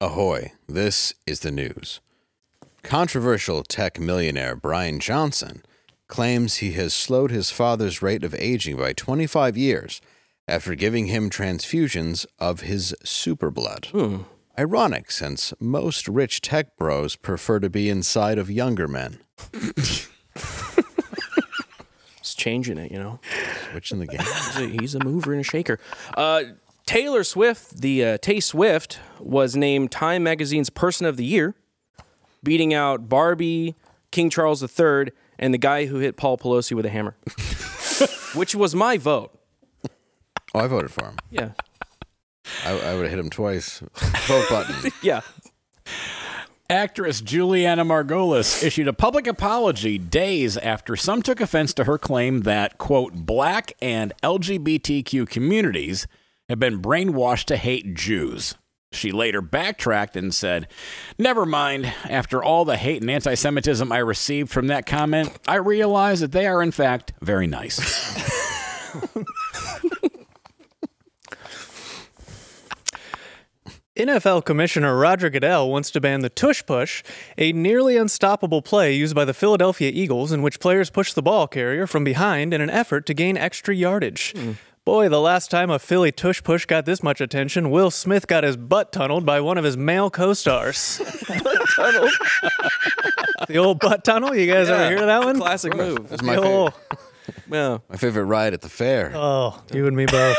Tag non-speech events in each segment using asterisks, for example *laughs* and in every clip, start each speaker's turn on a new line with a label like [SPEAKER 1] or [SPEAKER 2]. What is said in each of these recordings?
[SPEAKER 1] Ahoy, this is the news. Controversial tech millionaire Brian Johnson claims he has slowed his father's rate of aging by 25 years after giving him transfusions of his superblood.
[SPEAKER 2] Hmm,
[SPEAKER 1] Ironic, since most rich tech bros prefer to be inside of younger men.
[SPEAKER 2] It's changing it, you know.
[SPEAKER 1] Switching the game.
[SPEAKER 2] He's a, he's a mover and a shaker. Uh, Taylor Swift, the uh, Tay Swift, was named Time Magazine's Person of the Year, beating out Barbie, King Charles III, and the guy who hit Paul Pelosi with a hammer, *laughs* which was my vote.
[SPEAKER 1] Oh, I voted for him.
[SPEAKER 2] Yeah,
[SPEAKER 1] I, I would have hit him twice. Vote button.
[SPEAKER 2] yeah.
[SPEAKER 3] Actress Juliana Margolis issued a public apology days after some took offense to her claim that, quote, black and LGBTQ communities have been brainwashed to hate Jews. She later backtracked and said, Never mind. After all the hate and anti Semitism I received from that comment, I realize that they are, in fact, very nice.
[SPEAKER 4] NFL Commissioner Roger Goodell wants to ban the tush push, a nearly unstoppable play used by the Philadelphia Eagles in which players push the ball carrier from behind in an effort to gain extra yardage. Boy, the last time a Philly tush push got this much attention, Will Smith got his butt tunneled by one of his male co stars. *laughs* the old butt tunnel? You guys ever hear of that one?
[SPEAKER 2] Classic move.
[SPEAKER 1] That's my
[SPEAKER 4] The
[SPEAKER 1] favorite,
[SPEAKER 4] old-
[SPEAKER 2] Yeah.
[SPEAKER 1] my favorite ride at the fair. Oh,
[SPEAKER 4] oh, *laughs* you and me both.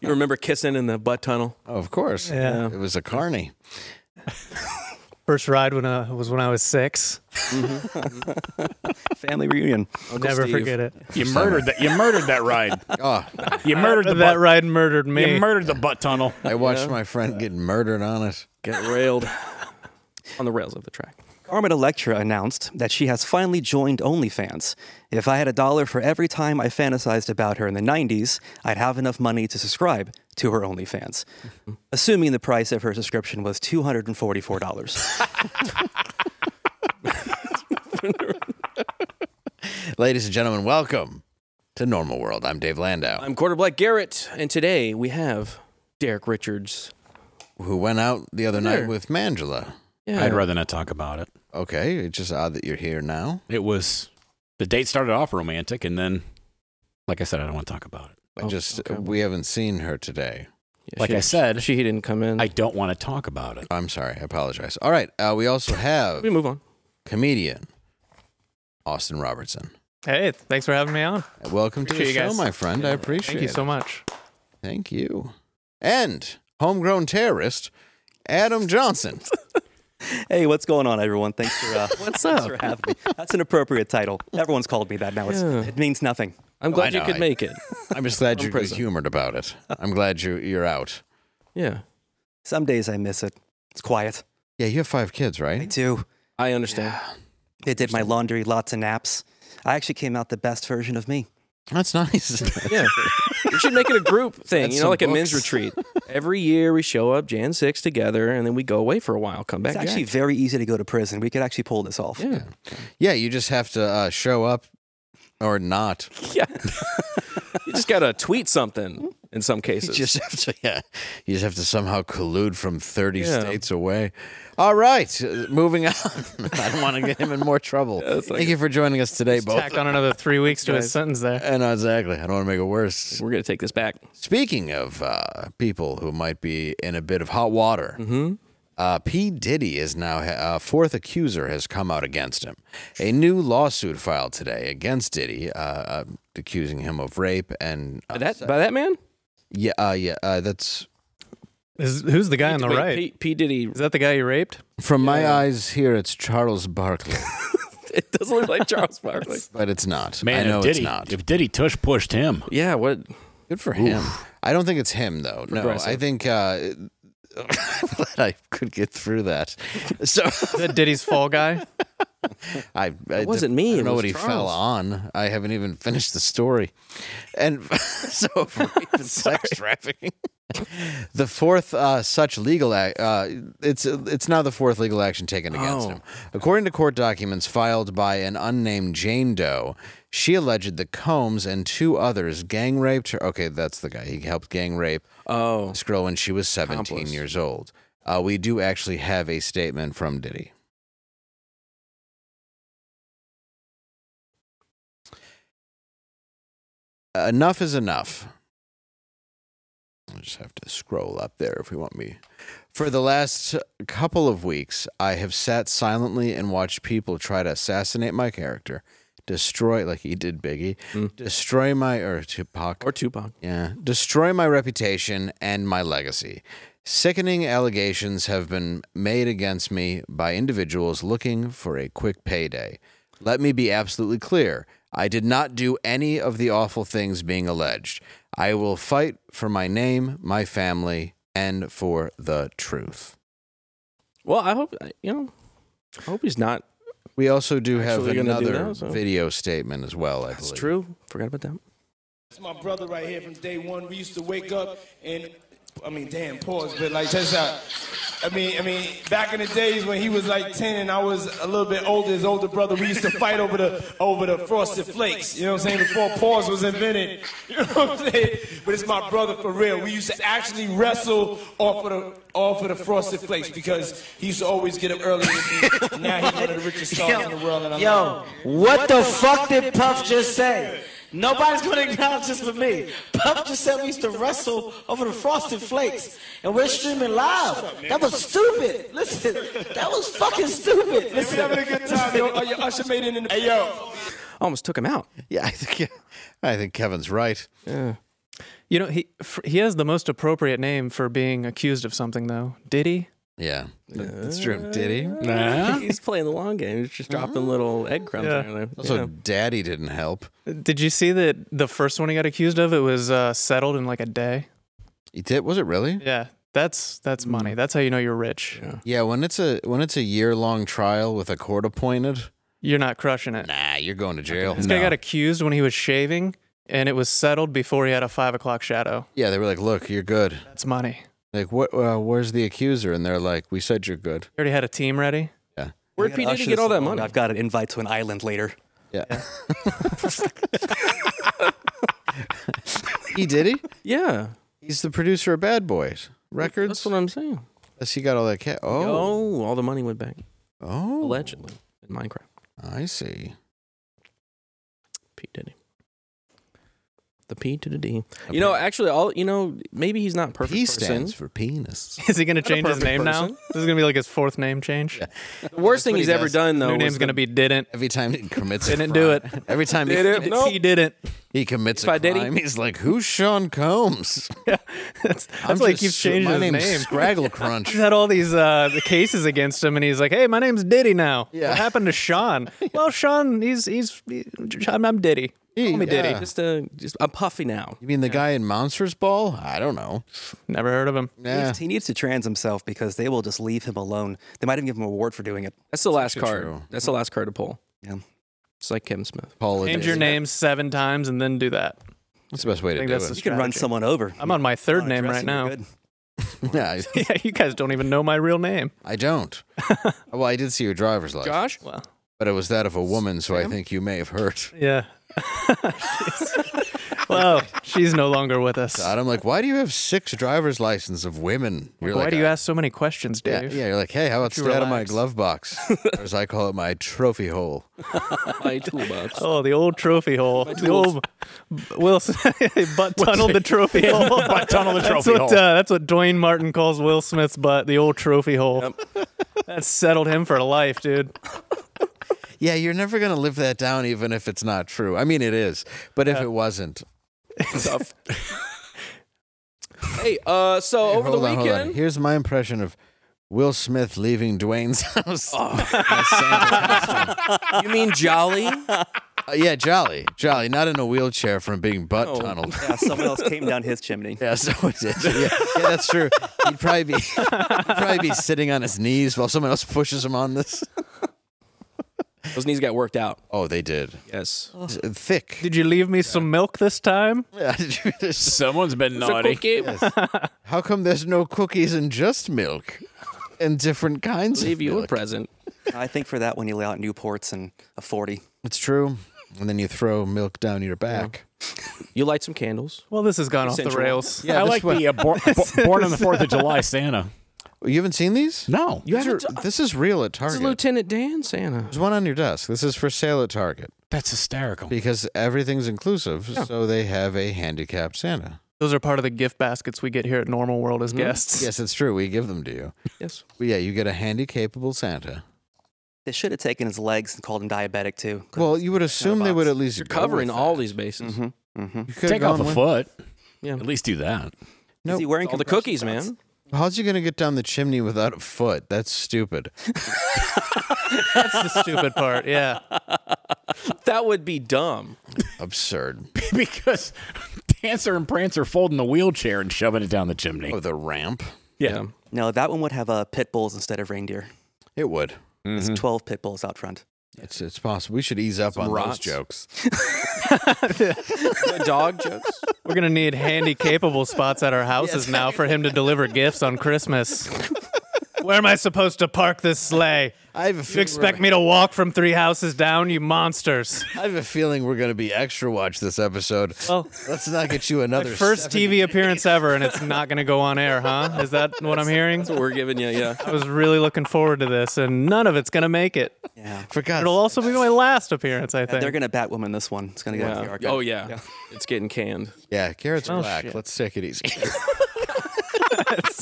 [SPEAKER 2] You remember kissing in the butt tunnel?
[SPEAKER 1] of course.
[SPEAKER 4] Yeah.
[SPEAKER 1] It was a carny.
[SPEAKER 4] First ride when I, was when I was six.
[SPEAKER 5] Family reunion.
[SPEAKER 4] Never forget it.
[SPEAKER 3] You murdered that. You murdered that *laughs* ride.
[SPEAKER 1] Oh,
[SPEAKER 3] You murdered the
[SPEAKER 4] That
[SPEAKER 3] butt,
[SPEAKER 4] ride murdered me.
[SPEAKER 3] You murdered the butt tunnel.
[SPEAKER 4] *laughs*
[SPEAKER 1] I watched my friend get murdered on it.
[SPEAKER 2] Get railed on the rails of the track.
[SPEAKER 5] Carmen Electra announced that she has finally joined OnlyFans. If I had a dollar for every time I fantasized about her in the 90s, I'd have enough money to subscribe to her OnlyFans, assuming the price of her subscription was $244.
[SPEAKER 1] Ladies and gentlemen, welcome to Normal World. I'm Dave Landau,
[SPEAKER 2] I'm Quarter Black Garrett, and today we have Derek Richards.
[SPEAKER 1] who went out the other
[SPEAKER 2] Sure.
[SPEAKER 1] night with Mangela.
[SPEAKER 2] Yeah.
[SPEAKER 3] I'd rather not talk about it.
[SPEAKER 1] Okay, it's just odd that you're here now.
[SPEAKER 3] It was the date started off romantic, and then, like I said, I don't want to talk about it.
[SPEAKER 4] Oh,
[SPEAKER 1] I just we haven't seen her today.
[SPEAKER 2] Yeah,
[SPEAKER 3] Like
[SPEAKER 2] she-
[SPEAKER 3] I said,
[SPEAKER 2] she didn't come in.
[SPEAKER 3] I don't want to talk about it.
[SPEAKER 1] I'm sorry, I apologize. All right, uh, we
[SPEAKER 4] *laughs*
[SPEAKER 1] also have
[SPEAKER 2] we move on.
[SPEAKER 1] comedian Austin Robertson.
[SPEAKER 4] Hey, thanks for having me on.
[SPEAKER 1] Welcome to the
[SPEAKER 4] Appreciate you
[SPEAKER 1] show,
[SPEAKER 4] guys.
[SPEAKER 1] my friend. I appreciate
[SPEAKER 4] Thank you
[SPEAKER 1] it.
[SPEAKER 4] so much.
[SPEAKER 1] Thank you. And homegrown terrorist Adam
[SPEAKER 4] *laughs*
[SPEAKER 1] Johnson.
[SPEAKER 5] *laughs* hey, what's going on, everyone? Thanks for, uh, what's up? for having me. That's an appropriate title. Everyone's called me that now. It's,
[SPEAKER 2] Yeah.
[SPEAKER 5] It means nothing.
[SPEAKER 2] I'm
[SPEAKER 1] I
[SPEAKER 2] glad you
[SPEAKER 1] know,
[SPEAKER 2] could
[SPEAKER 1] I-
[SPEAKER 2] make it.
[SPEAKER 1] I'm just glad
[SPEAKER 2] From
[SPEAKER 1] you're good
[SPEAKER 2] prison.
[SPEAKER 1] humored about it. I'm glad you you're out.
[SPEAKER 2] Yeah,
[SPEAKER 5] Some days I miss it. It's quiet.
[SPEAKER 1] Yeah, you have five kids,
[SPEAKER 5] I
[SPEAKER 1] right?
[SPEAKER 5] do.
[SPEAKER 2] I understand.
[SPEAKER 5] They did my laundry, lots of naps. I actually came out the best version of me.
[SPEAKER 1] That's nice. *laughs*
[SPEAKER 2] Yeah, we should make it a group thing.
[SPEAKER 1] That's
[SPEAKER 2] you know,
[SPEAKER 1] some
[SPEAKER 2] like a men's
[SPEAKER 1] books.
[SPEAKER 2] retreat. Every year we show up Jan six together, and then we go away for a while. Come back.
[SPEAKER 5] It's actually
[SPEAKER 2] jacked.
[SPEAKER 5] very easy to go to prison. We could actually pull this off.
[SPEAKER 2] yeah.
[SPEAKER 1] Yeah, you just have to uh, show up or not.
[SPEAKER 2] Yeah. *laughs* you just gotta tweet something in
[SPEAKER 1] *laughs*
[SPEAKER 2] some
[SPEAKER 1] You
[SPEAKER 2] cases.
[SPEAKER 1] just have to, yeah. You just have to somehow collude from 30
[SPEAKER 2] Yeah.
[SPEAKER 1] states away. All right, uh, moving on. *laughs* I don't want to get him in more *laughs* trouble. Thank you for joining us today, both.
[SPEAKER 4] Tacked on another three weeks to his sentence there.
[SPEAKER 1] And exactly. I don't want to make it worse.
[SPEAKER 2] We're gonna take this back.
[SPEAKER 1] Speaking of uh, people who might be in a bit of hot water,
[SPEAKER 3] Mm-hmm.
[SPEAKER 1] uh, P. Diddy is now, uh, fourth accuser has come out against him. A new lawsuit filed today against Diddy, uh, uh, accusing him of rape and. Uh,
[SPEAKER 2] That by that man.
[SPEAKER 1] yeah, uh, yeah, uh, that's.
[SPEAKER 4] Is, who's the guy on the
[SPEAKER 2] Wait,
[SPEAKER 4] right?
[SPEAKER 2] P, P Diddy. *laughs*
[SPEAKER 4] Is that the guy you raped?
[SPEAKER 1] From my eyes here, it's Charles Barkley,
[SPEAKER 2] It doesn't look like Charles Barkley.
[SPEAKER 1] but it's not.
[SPEAKER 3] Man,
[SPEAKER 1] I know
[SPEAKER 3] if Diddy,
[SPEAKER 1] it's not.
[SPEAKER 3] if Diddy Tush pushed him,
[SPEAKER 2] Yeah. What?
[SPEAKER 1] Good for him. I don't think it's him though. No, I
[SPEAKER 2] Progressive.
[SPEAKER 1] think uh, *laughs* I'm glad I could get through that. So
[SPEAKER 4] Is that Diddy's fall guy?
[SPEAKER 1] I, I
[SPEAKER 2] wasn't
[SPEAKER 1] don't-
[SPEAKER 2] me,
[SPEAKER 1] I
[SPEAKER 2] it
[SPEAKER 1] don't know
[SPEAKER 2] was
[SPEAKER 1] what he fell
[SPEAKER 2] Charles.
[SPEAKER 1] on. I haven't even finished the story. And *laughs* so
[SPEAKER 2] *laughs*
[SPEAKER 1] rape and sex trafficking. the fourth uh, such legal act. Uh, it's it's now the fourth legal action taken against
[SPEAKER 2] Oh.
[SPEAKER 1] him. According to court documents filed by an unnamed Jane Doe, she alleged that Combs and two others gang raped her. Okay, that's the guy. He helped gang rape
[SPEAKER 2] Oh.
[SPEAKER 1] this girl when she was 17
[SPEAKER 2] Accomplice.
[SPEAKER 1] years old. Uh, we do actually have a statement from Diddy. Enough is enough. I just have to scroll up there if we want me. For the last couple of weeks, I have sat silently and watched people try to assassinate my character, destroy, like he did Biggie,
[SPEAKER 2] Hmm.
[SPEAKER 1] destroy my, or Tupac,
[SPEAKER 2] Or Tupac.
[SPEAKER 1] yeah. Destroy my reputation and my legacy. Sickening allegations have been made against me by individuals looking for a quick payday. Let me be absolutely clear. I did not do any of the awful things being alleged. I will fight for my name, my family, and for the truth.
[SPEAKER 2] Well, I hope you know. I hope he's not.
[SPEAKER 1] We also do have
[SPEAKER 2] Actually gonna do
[SPEAKER 1] another
[SPEAKER 2] that, so-
[SPEAKER 1] video statement as well, I
[SPEAKER 2] That's
[SPEAKER 1] believe.
[SPEAKER 2] true. Forgot about that.
[SPEAKER 6] It's my brother right here from day one. We used to wake up and I mean, damn, pause, but like check this out. I mean, I mean, back in the days when he was like 10 and I was a little bit older, his older brother, we used to fight over the over the frosted flakes. You know what I'm saying? Before pause was invented. *laughs* You know what I'm saying? But it's my brother for real. We used to actually wrestle off of the off of the frosted flakes because he used to always get up early with me. Now he's one of the richest stars in the world, and I'm like,
[SPEAKER 7] Yo, what the fuck did Puff just say? Nobody's gonna acknowledge this but me. Puff just said we used to wrestle over the frosted flakes, and we're streaming live. That was stupid. Listen, that was fucking stupid.
[SPEAKER 6] we having a
[SPEAKER 7] Listen,
[SPEAKER 6] good time, yo. Oh, your Usher made it in the Hey yo,
[SPEAKER 2] Almost took him out.
[SPEAKER 1] Yeah, I think, *laughs* I think Kevin's right.
[SPEAKER 4] *laughs* You know, he f- he has the most appropriate name for being accused of something, though. Did he?
[SPEAKER 1] Yeah. That's true. Diddy.
[SPEAKER 3] Nah.
[SPEAKER 2] Uh, *laughs* He's playing the long game. He's just dropping little egg crumbs.
[SPEAKER 4] Yeah.
[SPEAKER 2] here and there.
[SPEAKER 1] Also,
[SPEAKER 2] Yeah.
[SPEAKER 1] Daddy didn't help.
[SPEAKER 4] Did you see that the first one he got accused of? It was uh, settled in like a day.
[SPEAKER 1] He did. Was it really?
[SPEAKER 4] Yeah, that's that's money. That's how you know you're rich.
[SPEAKER 1] Yeah, when it's a when it's a year long trial with a court appointed,
[SPEAKER 4] You're not crushing it.
[SPEAKER 1] nah, you're going to jail.
[SPEAKER 4] This guy got accused when he was shaving, and it was settled before he had a five o'clock shadow.
[SPEAKER 1] Yeah, they were like, "Look, you're good."
[SPEAKER 4] That's money.
[SPEAKER 1] Like, what? Uh, where's the accuser? And they're like, "We said you're good."
[SPEAKER 4] He already had a team ready. *laughs*
[SPEAKER 2] Where'd P Diddy get all that money?
[SPEAKER 5] I've got an invite to an island later.
[SPEAKER 1] Yeah. *laughs* he did he?
[SPEAKER 2] Yeah,
[SPEAKER 1] He's the producer of Bad Boys
[SPEAKER 2] that's
[SPEAKER 1] Records.
[SPEAKER 2] what I'm saying.
[SPEAKER 1] Yes, he got all that cat. Oh,
[SPEAKER 2] Oh, all the money went back
[SPEAKER 1] oh,
[SPEAKER 2] allegedly in Minecraft.
[SPEAKER 1] I see.
[SPEAKER 2] P Diddy. The P to the D. You know, actually, all you know, maybe he's not a perfect.
[SPEAKER 1] P
[SPEAKER 2] person.
[SPEAKER 1] stands for penis.
[SPEAKER 4] Is he going to change his
[SPEAKER 2] perfect
[SPEAKER 4] name now?
[SPEAKER 2] person.
[SPEAKER 4] This is going to be like his fourth name change.
[SPEAKER 2] The worst thing
[SPEAKER 1] what he
[SPEAKER 2] he's ever
[SPEAKER 1] does.
[SPEAKER 2] done though.
[SPEAKER 4] New
[SPEAKER 2] was
[SPEAKER 4] name's
[SPEAKER 2] the-
[SPEAKER 4] going to be didn't.
[SPEAKER 1] Every time he commits, a
[SPEAKER 4] Didn't
[SPEAKER 1] crime-
[SPEAKER 4] do it.
[SPEAKER 1] Every time he,
[SPEAKER 2] Did it? Nope.
[SPEAKER 4] He didn't. *laughs*
[SPEAKER 1] he commits
[SPEAKER 2] If I
[SPEAKER 1] a
[SPEAKER 2] did, he-
[SPEAKER 1] crime, he's like, "Who's Sean Combs?"
[SPEAKER 4] That's,
[SPEAKER 1] I'm
[SPEAKER 4] that's like
[SPEAKER 1] just-
[SPEAKER 4] he's changed
[SPEAKER 1] my
[SPEAKER 4] his
[SPEAKER 1] name's
[SPEAKER 4] *laughs* name.
[SPEAKER 1] Scraggle Crunch.
[SPEAKER 4] He's had all these uh, the cases against him, and he's like, "Hey, my name's Diddy now.
[SPEAKER 1] Yeah.
[SPEAKER 4] What happened
[SPEAKER 1] *laughs*
[SPEAKER 4] to Sean? Well, Sean, he's he's he- I'm, I'm Diddy. Call me Diddy.
[SPEAKER 1] Yeah.
[SPEAKER 2] Just, uh, just I'm puffy now.
[SPEAKER 1] You mean the guy in Monsters Ball? I don't know.
[SPEAKER 4] Never heard of him.
[SPEAKER 5] He
[SPEAKER 1] Yeah.
[SPEAKER 5] needs- He needs to trans himself because they will just leave him alone. They might even give him an award for doing it.
[SPEAKER 2] That's the last card.
[SPEAKER 1] true.
[SPEAKER 2] That's the last card to pull.
[SPEAKER 5] Yeah.
[SPEAKER 2] It's like Kevin Smith.
[SPEAKER 1] Paul
[SPEAKER 4] Change your name seven times and then do that.
[SPEAKER 1] That's the best way
[SPEAKER 4] I
[SPEAKER 1] to
[SPEAKER 4] think
[SPEAKER 1] do
[SPEAKER 4] that's the
[SPEAKER 1] it.
[SPEAKER 5] You can run
[SPEAKER 4] strategy.
[SPEAKER 5] someone over. Uh,
[SPEAKER 4] I'm on my
[SPEAKER 2] Oh,
[SPEAKER 4] third name right
[SPEAKER 5] Dressing, you're
[SPEAKER 4] now.
[SPEAKER 5] good.
[SPEAKER 1] *laughs* Yeah, I,
[SPEAKER 4] *laughs* yeah, you guys don't even know my real name.
[SPEAKER 1] I don't.
[SPEAKER 4] *laughs*
[SPEAKER 1] well, I did see your driver's license,
[SPEAKER 2] Josh,
[SPEAKER 4] Well,
[SPEAKER 1] but it was that of a woman, so I think you may have
[SPEAKER 4] *laughs*
[SPEAKER 1] hurt.
[SPEAKER 4] yeah. *laughs* well, she's no longer with us.
[SPEAKER 1] And I'm like, why do you have six driver's licenses of women? You're
[SPEAKER 4] Why
[SPEAKER 1] like,
[SPEAKER 4] do you
[SPEAKER 1] "I-
[SPEAKER 4] ask so many questions,
[SPEAKER 1] Yeah,
[SPEAKER 4] Dave?
[SPEAKER 1] yeah, you're like, hey, how about
[SPEAKER 4] you
[SPEAKER 1] stay out of my
[SPEAKER 4] relax?"
[SPEAKER 1] glove
[SPEAKER 4] *laughs*
[SPEAKER 1] box, or as I call it, my trophy hole.
[SPEAKER 2] my toolbox.
[SPEAKER 4] Oh, the old trophy hole. The old Wilson *laughs* butt tunneled the trophy hole. butt
[SPEAKER 3] tunneled the
[SPEAKER 4] that's
[SPEAKER 3] trophy
[SPEAKER 4] what,
[SPEAKER 3] hole.
[SPEAKER 4] Uh, that's what Dwayne Martin calls Will Smith's butt, the old trophy hole. *laughs* That settled him for life, dude.
[SPEAKER 1] Yeah, you're never gonna live that down, even if it's not true. I mean, it is, but if it wasn't,
[SPEAKER 2] Hey, uh, so over the
[SPEAKER 1] hold on,
[SPEAKER 2] weekend,
[SPEAKER 1] hold on. Here's my impression of Will Smith leaving Dwayne's *laughs* house.
[SPEAKER 2] Oh.
[SPEAKER 1] in a Santa costume.
[SPEAKER 2] you mean Jolly?
[SPEAKER 1] Uh, yeah, Jolly. Jolly, not in a wheelchair from being butt
[SPEAKER 2] Oh.
[SPEAKER 1] tunneled. *laughs*
[SPEAKER 5] Yeah, someone else came down his chimney.
[SPEAKER 1] Yeah, so it did. Yeah, yeah, that's true. He'd probably be *laughs* he'd probably be sitting on his knees while someone else pushes him on this.
[SPEAKER 2] Those knees got worked out.
[SPEAKER 1] Oh, they did.
[SPEAKER 2] Yes.
[SPEAKER 1] It's, uh, Thick.
[SPEAKER 4] Did you leave me some milk this time?
[SPEAKER 1] Yeah, *laughs* did you just-
[SPEAKER 3] Someone's been naughty.
[SPEAKER 2] Cookie.
[SPEAKER 1] How come there's no cookies and just milk? And different kinds
[SPEAKER 2] Leave
[SPEAKER 1] of
[SPEAKER 2] you a
[SPEAKER 1] milk.
[SPEAKER 2] present.
[SPEAKER 5] I think for that one, you lay out Newports and a 40.
[SPEAKER 1] It's true. And then you throw milk down your back.
[SPEAKER 2] You light some candles.
[SPEAKER 4] Well, this has gone off the
[SPEAKER 2] Essential.
[SPEAKER 4] rails.
[SPEAKER 1] Yeah,
[SPEAKER 3] I
[SPEAKER 1] this
[SPEAKER 3] like
[SPEAKER 1] one-
[SPEAKER 3] the uh, bor- bo- born on the Fourth of July Santa.
[SPEAKER 1] You haven't seen these?
[SPEAKER 3] No.
[SPEAKER 2] You uh, had her.
[SPEAKER 1] These are- This is real at
[SPEAKER 2] This is
[SPEAKER 1] Target.
[SPEAKER 2] Lieutenant Dan Santa.
[SPEAKER 1] There's one on your desk. This is for sale at Target
[SPEAKER 3] That's hysterical.
[SPEAKER 1] because everything's inclusive, so they have a handicapped Santa.
[SPEAKER 4] Those are part of the gift baskets we get here at Normal World as guests.
[SPEAKER 1] Yes, it's true. We give them to you.
[SPEAKER 2] Yes.
[SPEAKER 1] But yeah, you get a handicapable Santa.
[SPEAKER 5] They should have taken his legs and called him diabetic too.
[SPEAKER 1] Well, you would assume they would at least
[SPEAKER 2] You're
[SPEAKER 1] go
[SPEAKER 2] covering
[SPEAKER 1] with
[SPEAKER 2] all
[SPEAKER 1] that.
[SPEAKER 2] these bases.
[SPEAKER 5] hmm hmm
[SPEAKER 1] You could've
[SPEAKER 3] Take off
[SPEAKER 1] gone
[SPEAKER 3] a
[SPEAKER 1] with-
[SPEAKER 3] foot.
[SPEAKER 2] Yeah.
[SPEAKER 3] At least do that. *laughs*
[SPEAKER 5] Is he wearing
[SPEAKER 2] All the
[SPEAKER 5] compression
[SPEAKER 2] cookies,
[SPEAKER 5] belts?
[SPEAKER 2] man.
[SPEAKER 1] How's you gonna get down the chimney without a foot? That's stupid.
[SPEAKER 4] *laughs* That's the stupid part. Yeah.
[SPEAKER 2] That would be dumb.
[SPEAKER 1] Absurd.
[SPEAKER 3] because Dancer and Prancer folding the wheelchair and shoving it down the chimney.
[SPEAKER 1] Oh, the ramp.
[SPEAKER 2] Yeah.
[SPEAKER 5] No, that one would have uh, pit bulls instead of reindeer.
[SPEAKER 1] It would.
[SPEAKER 5] It's
[SPEAKER 2] Mm-hmm.
[SPEAKER 5] twelve pit bulls out front.
[SPEAKER 1] It's it's possible. We should ease up on
[SPEAKER 2] rots.
[SPEAKER 1] those jokes.
[SPEAKER 2] Dog jokes.
[SPEAKER 4] We're going to need handy capable spots at our houses now for him to deliver gifts on Christmas. Where am I supposed to park this sleigh?
[SPEAKER 1] I have a
[SPEAKER 4] You
[SPEAKER 1] feeling
[SPEAKER 4] expect me to walk from three houses down, you monsters.
[SPEAKER 1] I have a feeling we're gonna be extra watch this episode.
[SPEAKER 4] Well,
[SPEAKER 1] Let's not get you another
[SPEAKER 4] first
[SPEAKER 1] seven-
[SPEAKER 4] TV appearance ever, and it's not going to go on air, huh? Is that what I'm hearing?
[SPEAKER 2] We're giving you, yeah.
[SPEAKER 4] I was really looking forward to this, and none of it's going to make it.
[SPEAKER 5] Yeah.
[SPEAKER 1] For God's
[SPEAKER 4] It'll also be my last appearance, I
[SPEAKER 5] They're
[SPEAKER 4] think.
[SPEAKER 5] gonna Batwoman this one. It's gonna go into the
[SPEAKER 2] Yeah.
[SPEAKER 5] archive.
[SPEAKER 2] Oh yeah. It's getting canned.
[SPEAKER 1] yeah, carrots black.
[SPEAKER 4] shit.
[SPEAKER 1] Let's take it
[SPEAKER 2] *laughs*
[SPEAKER 1] easy.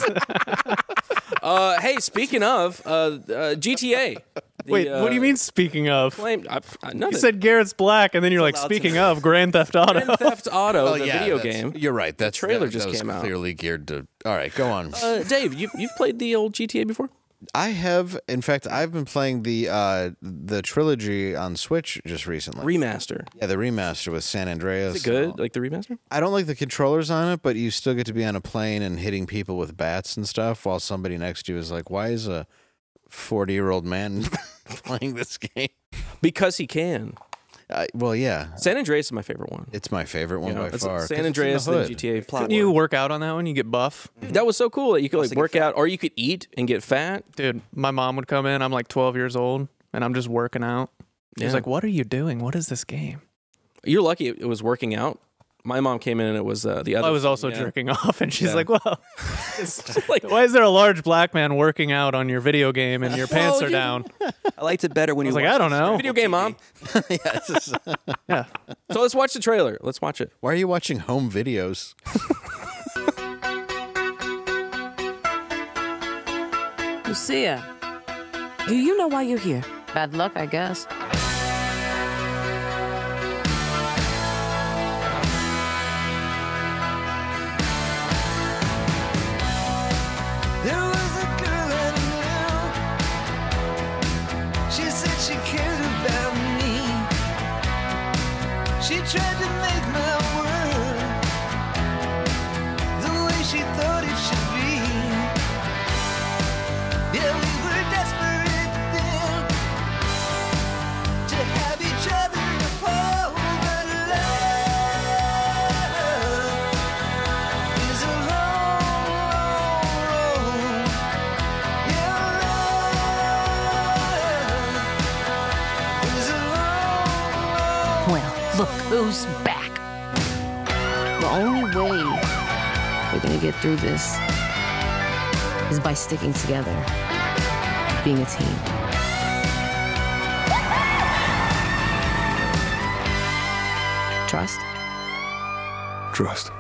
[SPEAKER 2] Oh, Uh, hey, speaking of uh, uh, GTA. the,
[SPEAKER 4] Wait, what do you
[SPEAKER 2] uh,
[SPEAKER 4] mean, speaking of?
[SPEAKER 2] Claim, I, I, nothing.
[SPEAKER 4] You said Garrett's black, and then you're like,
[SPEAKER 5] allowed to-
[SPEAKER 4] speaking of Grand Theft Auto.
[SPEAKER 2] Grand Theft Auto,
[SPEAKER 1] Oh
[SPEAKER 2] the
[SPEAKER 1] yeah,
[SPEAKER 2] video
[SPEAKER 1] that's-
[SPEAKER 2] game.
[SPEAKER 1] You're right. That's,
[SPEAKER 2] trailer
[SPEAKER 1] that-
[SPEAKER 2] just
[SPEAKER 1] that was
[SPEAKER 2] came out.
[SPEAKER 1] Clearly geared to. All right, go on.
[SPEAKER 2] Uh, Dave, you, you've played the old GTA before?
[SPEAKER 1] I have, in fact, I've been playing the uh the trilogy on Switch just recently.
[SPEAKER 2] Remaster.
[SPEAKER 1] yeah, the remaster with San Andreas.
[SPEAKER 2] Is it good? Like the remaster?
[SPEAKER 1] I don't like the controllers on it, but you still get to be on a plane and hitting people with bats and stuff while somebody next to you is like, "Why is a forty year old man *laughs* playing this game?"
[SPEAKER 2] Because he can.
[SPEAKER 1] I, well, yeah,
[SPEAKER 2] San Andreas is my favorite one.
[SPEAKER 1] it's my favorite one
[SPEAKER 2] You know,
[SPEAKER 1] by
[SPEAKER 2] it's
[SPEAKER 1] far. 'cause it's in
[SPEAKER 2] San
[SPEAKER 1] the
[SPEAKER 2] Andreas, then
[SPEAKER 1] hood.
[SPEAKER 2] GTA.
[SPEAKER 5] Plot
[SPEAKER 4] Couldn't you
[SPEAKER 5] line.
[SPEAKER 4] work out on that one? You get buff?
[SPEAKER 2] That was so cool that you could like work out, or you could eat and get fat.
[SPEAKER 4] Dude, my mom would come in. I'm like 12 years old, and I'm just working out. She's
[SPEAKER 2] Yeah.
[SPEAKER 4] like, what are you doing? What is this game?
[SPEAKER 2] You're lucky it it was working out. My mom came in and it was uh, the other.
[SPEAKER 4] I was also
[SPEAKER 2] yeah.
[SPEAKER 4] jerking *laughs* off, and she's
[SPEAKER 2] Yeah.
[SPEAKER 3] *laughs*
[SPEAKER 4] like, well, *laughs*
[SPEAKER 2] like,
[SPEAKER 4] why is there a large black man working out on your video game
[SPEAKER 3] *laughs*
[SPEAKER 4] and your pants
[SPEAKER 2] Well,
[SPEAKER 4] are
[SPEAKER 2] you-
[SPEAKER 4] down?
[SPEAKER 5] I liked it better when
[SPEAKER 4] I
[SPEAKER 5] you
[SPEAKER 4] was like,
[SPEAKER 5] watched
[SPEAKER 4] I don't
[SPEAKER 5] this.
[SPEAKER 4] know.
[SPEAKER 2] Video game, mom.
[SPEAKER 1] *laughs* yeah, it's
[SPEAKER 2] *laughs*
[SPEAKER 1] just-
[SPEAKER 4] Yeah.
[SPEAKER 2] So let's watch the trailer. Let's watch it.
[SPEAKER 1] why are you watching home videos?
[SPEAKER 8] Lucia, do you know why you're here?
[SPEAKER 9] Bad luck, I guess.
[SPEAKER 10] There was a girl I knew. She said she cared about me. She tried to make my world the way she thought it should be. Yeah, we were desperate then to have each other. Oh, but love is a long, long road. Yeah, love is a long, long
[SPEAKER 9] Well, look who's back. The only way we're gonna get through this is by sticking together, being a team. Trust?
[SPEAKER 11] Trust.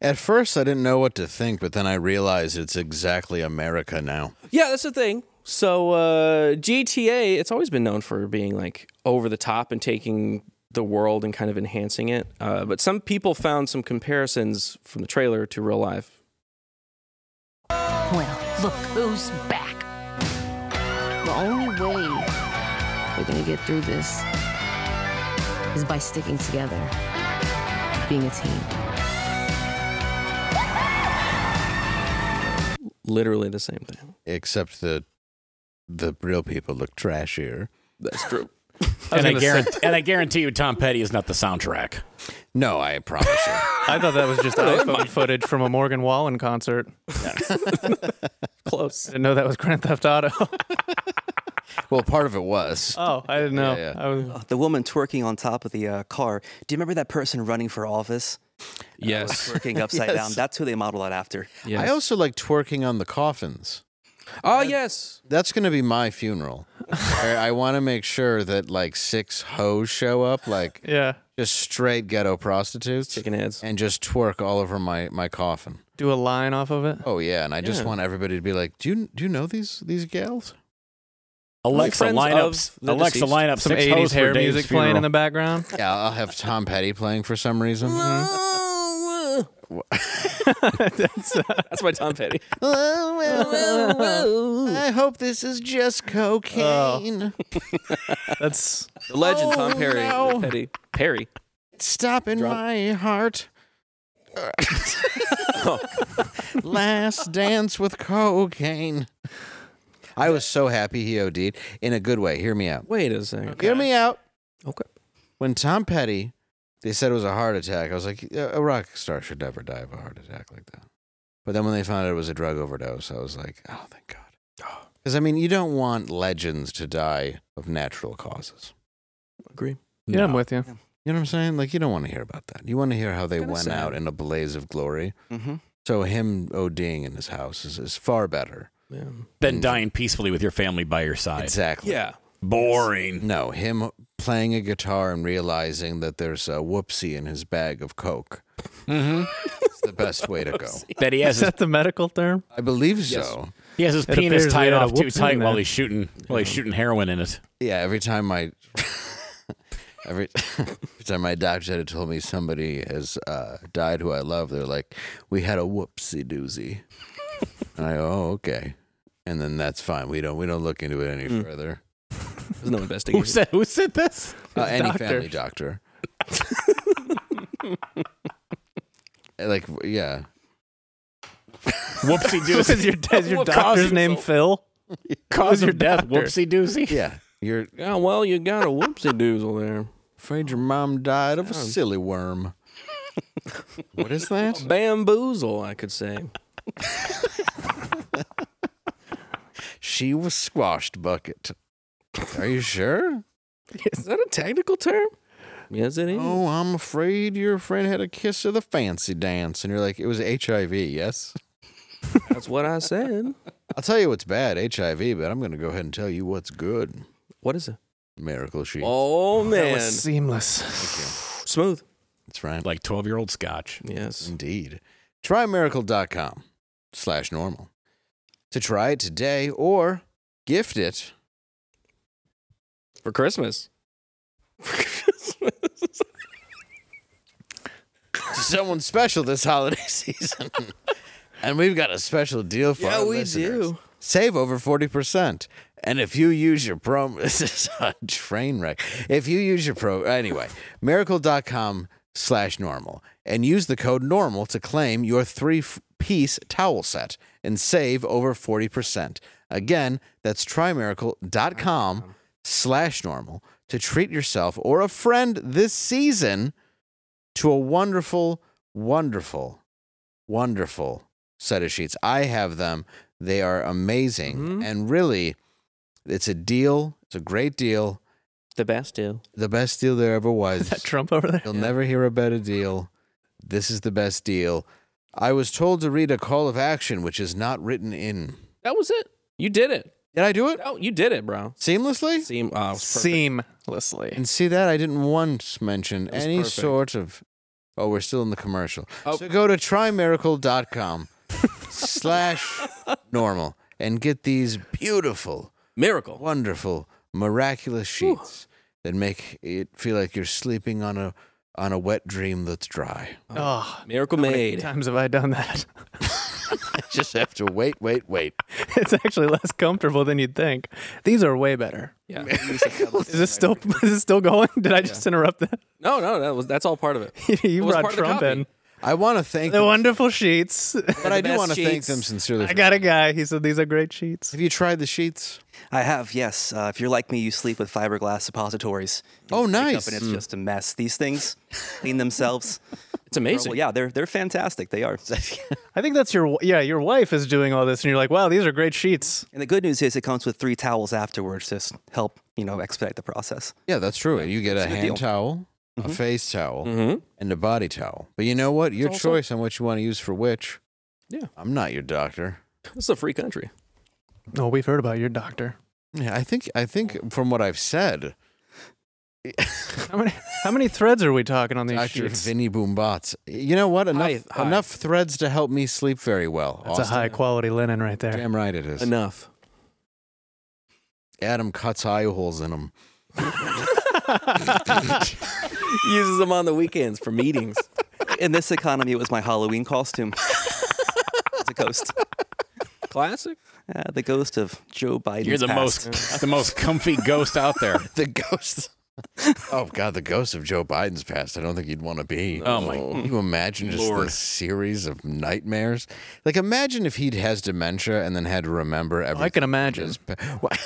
[SPEAKER 1] At first, I didn't know what to think, but then I realized it's exactly America now.
[SPEAKER 2] Yeah, that's the thing. So uh, GTA, it's always been known for being like over the top and taking the world and kind of enhancing it. Uh, but some people found some comparisons from the trailer to real life.
[SPEAKER 9] Well, look who's back. The only way we're gonna get through this is by sticking together, being a team.
[SPEAKER 2] Literally the same thing.
[SPEAKER 1] Except the the real people look trashier.
[SPEAKER 2] That's true.
[SPEAKER 3] And I,
[SPEAKER 4] gonna say-
[SPEAKER 3] guarantee, and I guarantee you, Tom Petty is not the soundtrack.
[SPEAKER 1] No, I promise
[SPEAKER 2] *laughs*
[SPEAKER 1] you.
[SPEAKER 4] I thought that was
[SPEAKER 3] *laughs*
[SPEAKER 4] just iPhone footage from a Morgan Wallen concert. *laughs*
[SPEAKER 2] Close.
[SPEAKER 3] *laughs*
[SPEAKER 4] Didn't know that was Grand Theft Auto.
[SPEAKER 1] Well, part of it was.
[SPEAKER 4] *laughs* Oh, I didn't know.
[SPEAKER 1] Yeah, yeah.
[SPEAKER 4] I was,
[SPEAKER 5] The woman twerking on top of the uh, car. Do you remember that person running for office?
[SPEAKER 2] Yes. *laughs*
[SPEAKER 5] Twerking upside
[SPEAKER 1] Yes.
[SPEAKER 5] down. That's who they model that after.
[SPEAKER 1] I also like twerking on the coffins.
[SPEAKER 2] Oh, yes.
[SPEAKER 1] That's going to be my
[SPEAKER 2] *laughs*
[SPEAKER 1] funeral. I, I want to make sure that like six hoes show up, like
[SPEAKER 4] yeah.
[SPEAKER 1] just straight ghetto prostitutes,
[SPEAKER 2] Chicken heads.
[SPEAKER 1] and just twerk all over my my coffin.
[SPEAKER 4] Do a line off of it.
[SPEAKER 1] Oh yeah, and I just
[SPEAKER 2] Yeah.
[SPEAKER 1] want everybody to be like, do you do you know these these gals?
[SPEAKER 3] Alexa
[SPEAKER 2] friends
[SPEAKER 3] lineups.
[SPEAKER 2] of the
[SPEAKER 3] Alexa
[SPEAKER 2] deceased.
[SPEAKER 3] lineup.
[SPEAKER 4] Some
[SPEAKER 3] six
[SPEAKER 4] 80s
[SPEAKER 3] hoes for
[SPEAKER 4] hair
[SPEAKER 3] Dave's
[SPEAKER 4] music
[SPEAKER 3] funeral.
[SPEAKER 4] playing in
[SPEAKER 3] *laughs*
[SPEAKER 4] the background.
[SPEAKER 1] Yeah, I'll have Tom Petty playing for some reason.
[SPEAKER 4] *laughs*
[SPEAKER 1] *laughs*
[SPEAKER 4] Mm-hmm. uh,
[SPEAKER 2] That's my Tom *laughs* Petty.
[SPEAKER 1] Oh, well, well, I hope this is just cocaine.
[SPEAKER 4] That's
[SPEAKER 2] The legend, Tom
[SPEAKER 1] Oh,
[SPEAKER 2] Perry.
[SPEAKER 1] no.
[SPEAKER 2] Petty. Perry.
[SPEAKER 1] Stop in my heart. Last dance with cocaine. I was so happy he OD'd in a good way. Hear me out.
[SPEAKER 2] Wait a second.
[SPEAKER 1] Hear me out.
[SPEAKER 2] Okay.
[SPEAKER 1] When Tom Petty, they said it was a heart attack. I was like, a a rock star should never die of a heart attack like that. But then when they found out it was a drug overdose, I was like, oh, thank God. Because I mean, you don't want legends to die of natural causes.
[SPEAKER 2] Agree.
[SPEAKER 4] yeah. I'm with you.
[SPEAKER 1] You know what I'm saying? Like, you don't want to hear about that. You want to hear how they
[SPEAKER 2] Kinda
[SPEAKER 1] went
[SPEAKER 2] sad.
[SPEAKER 1] out in a blaze of glory.
[SPEAKER 5] hmm
[SPEAKER 1] So him ODing in his house is, is far better.
[SPEAKER 2] Yeah.
[SPEAKER 3] Then dying peacefully with your family by your side.
[SPEAKER 1] Exactly.
[SPEAKER 2] Yeah.
[SPEAKER 3] Boring.
[SPEAKER 1] No, him playing a guitar and realizing that there's a whoopsie in his bag of coke. It's the best way to go.
[SPEAKER 3] *laughs* That he has
[SPEAKER 4] Is
[SPEAKER 3] his,
[SPEAKER 4] that the medical term?
[SPEAKER 1] I believe so.
[SPEAKER 3] he has his
[SPEAKER 4] It
[SPEAKER 3] penis
[SPEAKER 4] appears
[SPEAKER 3] tied
[SPEAKER 4] they had a
[SPEAKER 3] off too
[SPEAKER 4] whoops in
[SPEAKER 3] tight while
[SPEAKER 4] there.
[SPEAKER 3] he's shooting while he's shooting heroin in it.
[SPEAKER 1] Yeah. Every time I, *laughs* every, every time my doctor had told me somebody has uh, died who I love, they're like, "We had a whoopsie doozy," and I go, "Oh, okay." And then that's fine. We don't we don't look into it any further.
[SPEAKER 2] There's
[SPEAKER 5] *laughs*
[SPEAKER 2] no
[SPEAKER 3] Who
[SPEAKER 2] investigation.
[SPEAKER 3] said who said
[SPEAKER 4] *laughs*
[SPEAKER 3] this?
[SPEAKER 1] Uh, any
[SPEAKER 4] doctor.
[SPEAKER 1] family doctor. like, yeah.
[SPEAKER 3] *laughs* *laughs* Whoopsie
[SPEAKER 4] Is
[SPEAKER 3] doozy.
[SPEAKER 4] your, is your
[SPEAKER 3] What
[SPEAKER 4] doctor's
[SPEAKER 3] causes
[SPEAKER 4] name
[SPEAKER 3] it?
[SPEAKER 4] Phil?
[SPEAKER 3] *laughs* Cause
[SPEAKER 4] your
[SPEAKER 3] of death.
[SPEAKER 4] doctor?
[SPEAKER 3] Whoopsie *laughs* doozy.
[SPEAKER 1] Yeah. You're
[SPEAKER 2] Yeah, well, you got a whoopsie doozle there.
[SPEAKER 1] afraid your mom died of a silly worm. what is that?
[SPEAKER 2] Bamboozle, I could say.
[SPEAKER 1] She was squashed bucket. Are you sure?
[SPEAKER 2] *laughs* Is that a technical term? Yes, it is.
[SPEAKER 1] Oh, I'm afraid your friend had a kiss of the fancy dance. And you're like, it was HIV, yes?
[SPEAKER 2] That's what I said.
[SPEAKER 1] I'll tell you what's bad, HIV, but I'm going to go ahead and tell you what's good.
[SPEAKER 2] What is it?
[SPEAKER 1] Miracle Sheet.
[SPEAKER 2] Oh,
[SPEAKER 4] That
[SPEAKER 2] man.
[SPEAKER 4] was seamless.
[SPEAKER 2] Smooth.
[SPEAKER 1] That's right.
[SPEAKER 3] Like twelve year old scotch.
[SPEAKER 2] Yes.
[SPEAKER 1] Indeed. TryMiracle.com slash normal to try it today or gift it.
[SPEAKER 2] For Christmas. For Christmas.
[SPEAKER 1] to someone special this holiday *laughs* season. and we've got a special deal for
[SPEAKER 2] Yeah,
[SPEAKER 1] our
[SPEAKER 2] we
[SPEAKER 1] listeners.
[SPEAKER 2] do.
[SPEAKER 1] Save over 40%. And if you use your promo, *laughs* this is a train wreck. If you use your pro, anyway, miracle.com slash normal and use the code normal to claim your three f- piece towel set and save over 40%. Again, that's trymiracle.com slash normal to treat yourself or a friend this season to a wonderful, wonderful, wonderful set of sheets. I have them. They are amazing. And really, it's a deal. It's a great deal.
[SPEAKER 2] the Bastille.
[SPEAKER 1] The best deal there ever was.
[SPEAKER 4] That Trump over there.
[SPEAKER 1] You'll never hear a better deal. This is the best deal. I was told to read a call of action, which is not written in.
[SPEAKER 2] That was it. You did it.
[SPEAKER 1] Did I do it
[SPEAKER 2] Oh, you did it, bro.
[SPEAKER 1] seamlessly?
[SPEAKER 2] Seem, oh, it was perfect.
[SPEAKER 4] Seamlessly.
[SPEAKER 1] And see that I didn't once mention
[SPEAKER 2] was
[SPEAKER 1] any
[SPEAKER 2] perfect.
[SPEAKER 1] sort of. Oh, we're still in the commercial.
[SPEAKER 2] Oh.
[SPEAKER 1] So go to trymiracle.com slash normal and get these beautiful,
[SPEAKER 2] Miracle.
[SPEAKER 1] wonderful, miraculous sheets that make it feel like you're sleeping on a on a wet dream that's dry. *laughs*
[SPEAKER 4] Oh,
[SPEAKER 2] Miracle
[SPEAKER 4] how many
[SPEAKER 2] made.
[SPEAKER 4] times have I done that? *laughs*
[SPEAKER 1] Just have to wait, wait, wait.
[SPEAKER 4] It's actually less comfortable than you'd think. These are way better.
[SPEAKER 2] Yeah.
[SPEAKER 4] Is this still *laughs* is this still going? Did I just interrupt that?
[SPEAKER 2] *laughs* No, no, that was that's all part of it.
[SPEAKER 4] *laughs* you
[SPEAKER 2] It was
[SPEAKER 4] brought
[SPEAKER 2] part of the
[SPEAKER 4] Trump
[SPEAKER 2] copy.
[SPEAKER 4] in.
[SPEAKER 1] I want to thank
[SPEAKER 4] The
[SPEAKER 1] them,
[SPEAKER 2] *laughs*
[SPEAKER 4] wonderful sheets.
[SPEAKER 1] but I do
[SPEAKER 2] best
[SPEAKER 1] want to thank
[SPEAKER 2] sheets.
[SPEAKER 1] them sincerely.
[SPEAKER 4] I
[SPEAKER 1] for-
[SPEAKER 4] got a guy. He said these are great sheets.
[SPEAKER 1] have you tried the sheets?
[SPEAKER 5] I have, yes. Uh, if you're like me, you sleep with fiberglass suppositories. You
[SPEAKER 1] Oh,
[SPEAKER 5] wake up
[SPEAKER 1] nice.
[SPEAKER 3] *laughs*
[SPEAKER 5] and it's just a mess. These things clean themselves.
[SPEAKER 2] It's amazing.
[SPEAKER 4] Oh,
[SPEAKER 5] Well, yeah, they're they're fantastic. They are.
[SPEAKER 4] I think that's your yeah. Your wife is doing all this, and you're like, wow, these are great sheets.
[SPEAKER 5] and the good news is it comes with three towels afterwards to help you know expedite the process.
[SPEAKER 1] Yeah, that's true. You get a Mm-hmm.
[SPEAKER 5] It's a
[SPEAKER 1] hand
[SPEAKER 5] good deal.
[SPEAKER 1] towel, a face towel,
[SPEAKER 2] Mhm.
[SPEAKER 1] and a body towel. But you know what? Your
[SPEAKER 2] also-
[SPEAKER 1] choice on what you want to use for which.
[SPEAKER 2] Yeah.
[SPEAKER 1] I'm not your doctor.
[SPEAKER 2] This is a free country.
[SPEAKER 4] No, Oh, we've heard about your doctor.
[SPEAKER 1] Yeah, I think I think from what I've said,
[SPEAKER 4] How many how many threads are we talking on these
[SPEAKER 1] *laughs* Doctor
[SPEAKER 4] sheets?
[SPEAKER 1] Vinny Boombots. You know what? Enough
[SPEAKER 2] Hi- hi.
[SPEAKER 1] enough threads to help me sleep very well.
[SPEAKER 4] That's a
[SPEAKER 1] Austin.
[SPEAKER 4] high quality linen right there.
[SPEAKER 1] Damn right it is.
[SPEAKER 4] *laughs*
[SPEAKER 2] Enough. *laughs*
[SPEAKER 1] Adam cuts eye holes in them.
[SPEAKER 2] Uses them on the weekends for meetings.
[SPEAKER 5] In this economy, it was my Halloween costume. *laughs* it's a ghost.
[SPEAKER 2] Classic.
[SPEAKER 5] Uh, the ghost of Joe Biden.
[SPEAKER 3] You're the most the most comfy ghost out there.
[SPEAKER 1] *laughs* The ghost. oh God, the ghost of Joe Biden's past. I don't think you'd want to be.
[SPEAKER 3] Oh, my
[SPEAKER 1] Can you imagine just
[SPEAKER 3] Lord.
[SPEAKER 1] this series of nightmares? Like imagine if he'd has dementia and then had to remember everything.
[SPEAKER 4] I can imagine.
[SPEAKER 1] his pa- Wha-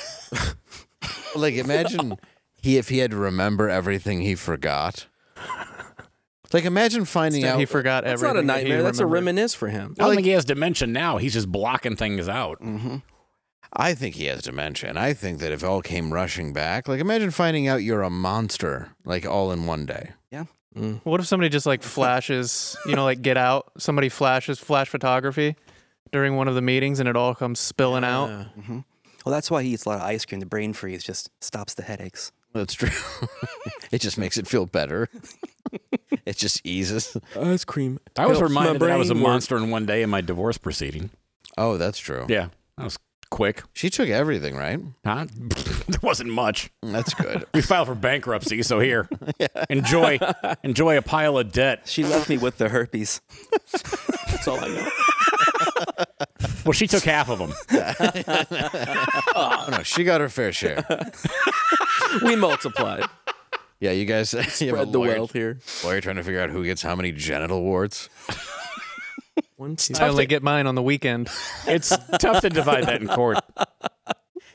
[SPEAKER 1] *laughs* like imagine he if he had to remember everything he forgot. Like imagine finding
[SPEAKER 4] Instead,
[SPEAKER 1] out
[SPEAKER 4] he forgot
[SPEAKER 2] That's
[SPEAKER 4] everything.
[SPEAKER 2] not a
[SPEAKER 4] that he
[SPEAKER 2] nightmare. That's a
[SPEAKER 4] remembered.
[SPEAKER 2] reminisce for him.
[SPEAKER 3] I don't think he has dementia now. He's just blocking things out.
[SPEAKER 1] I think he has dementia, and I think that if all came rushing back, like imagine finding out you're a monster, like all in one day.
[SPEAKER 4] What if somebody just like flashes, you know, like get out? Somebody flashes flash photography during one of the meetings and it all comes spilling out.
[SPEAKER 5] Well, that's why he eats a lot of ice cream. The brain freeze just stops the headaches.
[SPEAKER 1] That's true. it just makes it feel better. it just eases.
[SPEAKER 2] Ice cream.
[SPEAKER 3] I was
[SPEAKER 2] Helps my
[SPEAKER 3] reminded that I was a
[SPEAKER 2] brain work.
[SPEAKER 3] monster in one day in my divorce proceeding.
[SPEAKER 1] Oh, that's true.
[SPEAKER 3] Yeah, that was quick.
[SPEAKER 1] She took everything, right?
[SPEAKER 3] Huh? *laughs* there wasn't much.
[SPEAKER 1] That's good.
[SPEAKER 3] We filed for bankruptcy, so here, enjoy enjoy a pile of debt.
[SPEAKER 5] She left me with the herpes.
[SPEAKER 2] That's all I know. *laughs*
[SPEAKER 3] Well, she took half of them.
[SPEAKER 1] oh no, she got her fair share.
[SPEAKER 2] we multiplied. *laughs*
[SPEAKER 1] Yeah, you guys *laughs* you have a
[SPEAKER 2] Spread the
[SPEAKER 1] lawyer-
[SPEAKER 2] wealth here.
[SPEAKER 1] Lawyer trying to figure out who gets how many genital warts.
[SPEAKER 2] One, two.
[SPEAKER 4] I only get mine on the weekend. *laughs*
[SPEAKER 3] It's tough to divide that in court.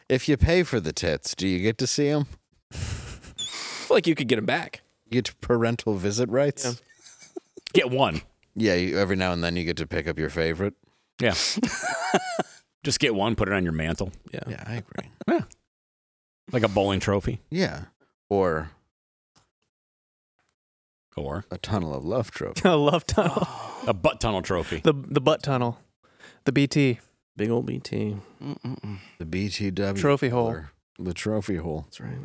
[SPEAKER 1] If you pay for the tits, do you get to see them?
[SPEAKER 2] I feel like you could get him back.
[SPEAKER 1] You get parental visit rights. Yeah,
[SPEAKER 3] Get one.
[SPEAKER 1] you, every now and then you get to pick up your favorite.
[SPEAKER 3] Yeah. Just get one, put it on your mantle
[SPEAKER 1] Yeah, I agree.
[SPEAKER 3] like a bowling trophy
[SPEAKER 1] yeah, or
[SPEAKER 3] or
[SPEAKER 1] a tunnel of love trope.
[SPEAKER 4] a love tunnel.
[SPEAKER 3] a butt tunnel trophy.
[SPEAKER 4] The the butt tunnel. The BT.
[SPEAKER 2] Big old BT.
[SPEAKER 5] Mm-mm-mm.
[SPEAKER 1] The BTW
[SPEAKER 4] Trophy hole.
[SPEAKER 1] killer. The trophy hole.
[SPEAKER 2] That's right.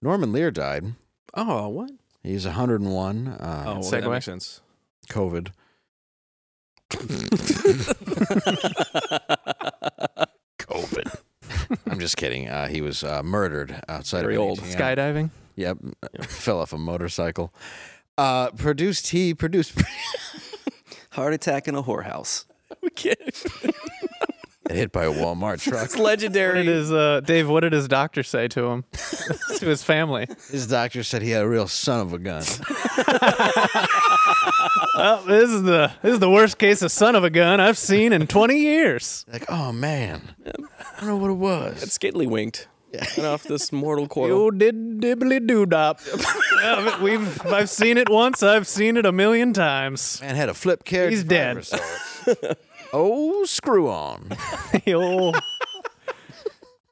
[SPEAKER 1] Norman Lear died.
[SPEAKER 2] Oh, what?
[SPEAKER 1] He's 101. Uh,
[SPEAKER 2] Oh, well,
[SPEAKER 1] it's
[SPEAKER 2] that
[SPEAKER 4] segue.
[SPEAKER 2] makes sense.
[SPEAKER 1] COVID. *laughs*
[SPEAKER 3] COVID.
[SPEAKER 1] I'm just kidding. Uh, he was uh, murdered outside
[SPEAKER 2] Very
[SPEAKER 1] of an
[SPEAKER 2] old.
[SPEAKER 1] ATM.
[SPEAKER 4] Skydiving.
[SPEAKER 1] Yep, *laughs* fell off a motorcycle. Uh, produced he produced. *laughs*
[SPEAKER 5] Heart attack in a whorehouse.
[SPEAKER 2] We can't.
[SPEAKER 1] hit by a Walmart truck.
[SPEAKER 2] It's
[SPEAKER 4] What
[SPEAKER 2] legendary.
[SPEAKER 4] did his uh, Dave? What did his doctor say to him? *laughs* to his family.
[SPEAKER 1] His doctor said he had a real son of a gun. *laughs*
[SPEAKER 4] Oh, this is the this is the worst case of son of a gun I've seen in 20 years.
[SPEAKER 1] like, oh man, I don't know what it was.
[SPEAKER 2] That's *laughs* skiddly winked. And off this mortal *laughs* coil.
[SPEAKER 4] You did dibbly doo *laughs* dop. We've I've seen it once. I've seen it a million times.
[SPEAKER 1] Man had a flip carriage.
[SPEAKER 4] He's
[SPEAKER 1] driver,
[SPEAKER 4] dead.
[SPEAKER 1] so- oh, screw on.
[SPEAKER 4] The old,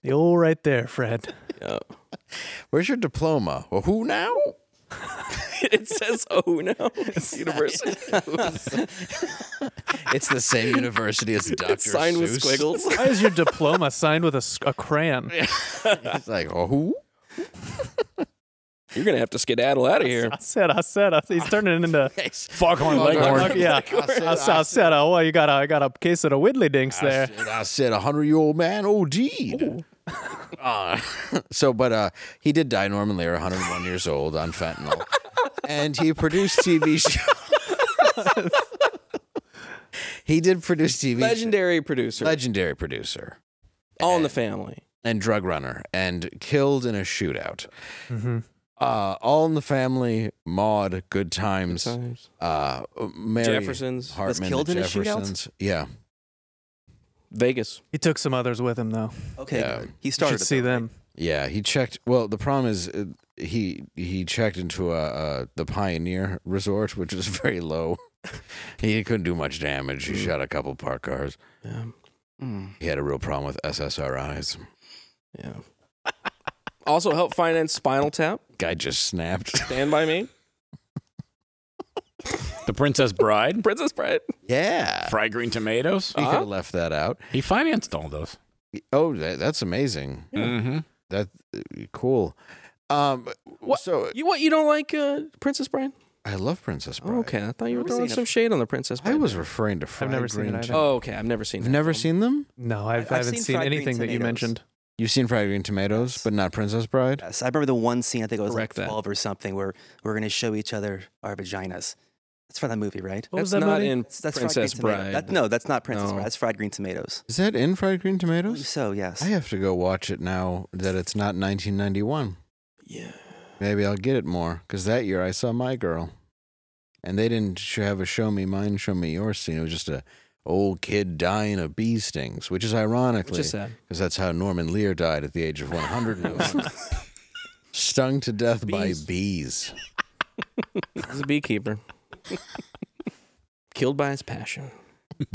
[SPEAKER 4] the old right there, Fred.
[SPEAKER 1] Where's your diploma? Well, who now?
[SPEAKER 2] it says oh *laughs* now. It's university.
[SPEAKER 1] It's the same university *laughs* as Doctor.
[SPEAKER 2] it's signed with *laughs* squiggles.
[SPEAKER 4] Why is your diploma signed with a, s- a crayon?
[SPEAKER 1] It's like, oh, who?
[SPEAKER 2] You're gonna have to skedaddle out of here.
[SPEAKER 4] I said, I said, I said. He's turning into.
[SPEAKER 3] Foghorn Leghorn.
[SPEAKER 4] Yeah, *laughs* I said, I said, oh, well, you got a, I got a case of the Widley Dinks
[SPEAKER 1] I
[SPEAKER 4] there.
[SPEAKER 1] said, I said, a hundred year old man. Oh, deed. *laughs* Uh, *laughs* so, but uh, he did die, Norman Lear, 101 years old on fentanyl, and he produced TV shows. he did produce TV.
[SPEAKER 2] Legendary producer.
[SPEAKER 1] legendary producer
[SPEAKER 2] All in the family.
[SPEAKER 1] and drug runner, and killed in a shootout.
[SPEAKER 4] Mm-hmm.
[SPEAKER 1] Uh, All in the Family, Maud, Good Times,
[SPEAKER 2] Times.
[SPEAKER 1] Uh, Mary
[SPEAKER 2] Jefferson's.
[SPEAKER 1] Hartman, the
[SPEAKER 5] killed in a shootout?
[SPEAKER 1] Jeffersons. Yeah,
[SPEAKER 2] Vegas.
[SPEAKER 4] He took some others with him though.
[SPEAKER 5] Okay,
[SPEAKER 1] Yeah.
[SPEAKER 5] good. he
[SPEAKER 4] You
[SPEAKER 5] started.
[SPEAKER 4] should see
[SPEAKER 5] it, though,
[SPEAKER 4] them.
[SPEAKER 1] yeah. He checked. Well, the problem is, uh, he he checked into a, uh the Pioneer Resort, which was *laughs* very low. he couldn't do much damage. He shot a couple parked cars.
[SPEAKER 2] Yeah.
[SPEAKER 5] Mm.
[SPEAKER 1] He had a real problem with SSRIs.
[SPEAKER 2] Yeah. also help finance Spinal Tap.
[SPEAKER 1] Guy just snapped. *laughs*
[SPEAKER 2] Stand by me.
[SPEAKER 3] The Princess
[SPEAKER 2] *laughs*
[SPEAKER 3] Bride,
[SPEAKER 2] Princess Bride.
[SPEAKER 1] yeah.
[SPEAKER 3] Fried Green Tomatoes.
[SPEAKER 1] He could have left that out.
[SPEAKER 3] He financed all those.
[SPEAKER 1] Oh, that, that's amazing.
[SPEAKER 3] Mm-hmm.
[SPEAKER 1] That cool. Um,
[SPEAKER 2] What-
[SPEAKER 1] so
[SPEAKER 2] You what? You don't like uh, Princess Bride?
[SPEAKER 1] I love Princess Bride.
[SPEAKER 2] Oh, okay, I thought you were
[SPEAKER 5] Never
[SPEAKER 2] throwing
[SPEAKER 5] seen it.
[SPEAKER 2] some shade on the Princess Bride.
[SPEAKER 1] I was referring to Fried
[SPEAKER 4] never seen
[SPEAKER 1] Green
[SPEAKER 4] it either.
[SPEAKER 1] Tom-
[SPEAKER 2] Oh, okay. I've never seen.
[SPEAKER 1] You've
[SPEAKER 2] that
[SPEAKER 1] never
[SPEAKER 2] film.
[SPEAKER 1] seen them?
[SPEAKER 4] No, I've,
[SPEAKER 5] I've
[SPEAKER 4] I have i have
[SPEAKER 5] seen
[SPEAKER 4] not seen
[SPEAKER 5] fried green
[SPEAKER 4] anything that you
[SPEAKER 5] tomatoes.
[SPEAKER 4] mentioned.
[SPEAKER 1] You've seen Fried Green Tomatoes, but not Princess Bride?
[SPEAKER 5] Yes, I remember the one scene. I think it was
[SPEAKER 2] Correct that.
[SPEAKER 5] like twelve or something, where we're going to show each other our vaginas. That's from that movie, right?
[SPEAKER 4] What was
[SPEAKER 2] That's
[SPEAKER 4] that
[SPEAKER 2] not
[SPEAKER 4] movie?
[SPEAKER 2] in
[SPEAKER 5] That's, that's
[SPEAKER 2] Princess
[SPEAKER 5] fried green tomato-
[SPEAKER 2] Bride.
[SPEAKER 5] that- no, that's not Princess
[SPEAKER 2] No.
[SPEAKER 5] Bride. That's fried green tomatoes.
[SPEAKER 1] Is that in Fried Green
[SPEAKER 5] I believe
[SPEAKER 1] Tomatoes?
[SPEAKER 5] so yes.
[SPEAKER 1] I have to go watch it now that it's not 1991.
[SPEAKER 2] Yeah.
[SPEAKER 1] Maybe I'll get it more because that year I saw My Girl, and they didn't sh- have a "Show Me Mine, Show Me Yours" scene. It was just a old kid dying of bee stings, which is ironically
[SPEAKER 2] Which is sad.
[SPEAKER 1] because that's how Norman Lear died at the age of
[SPEAKER 2] *laughs*
[SPEAKER 1] 101, stung to death
[SPEAKER 2] Bees.
[SPEAKER 1] by bees.
[SPEAKER 2] He's a beekeeper. Killed by his passion.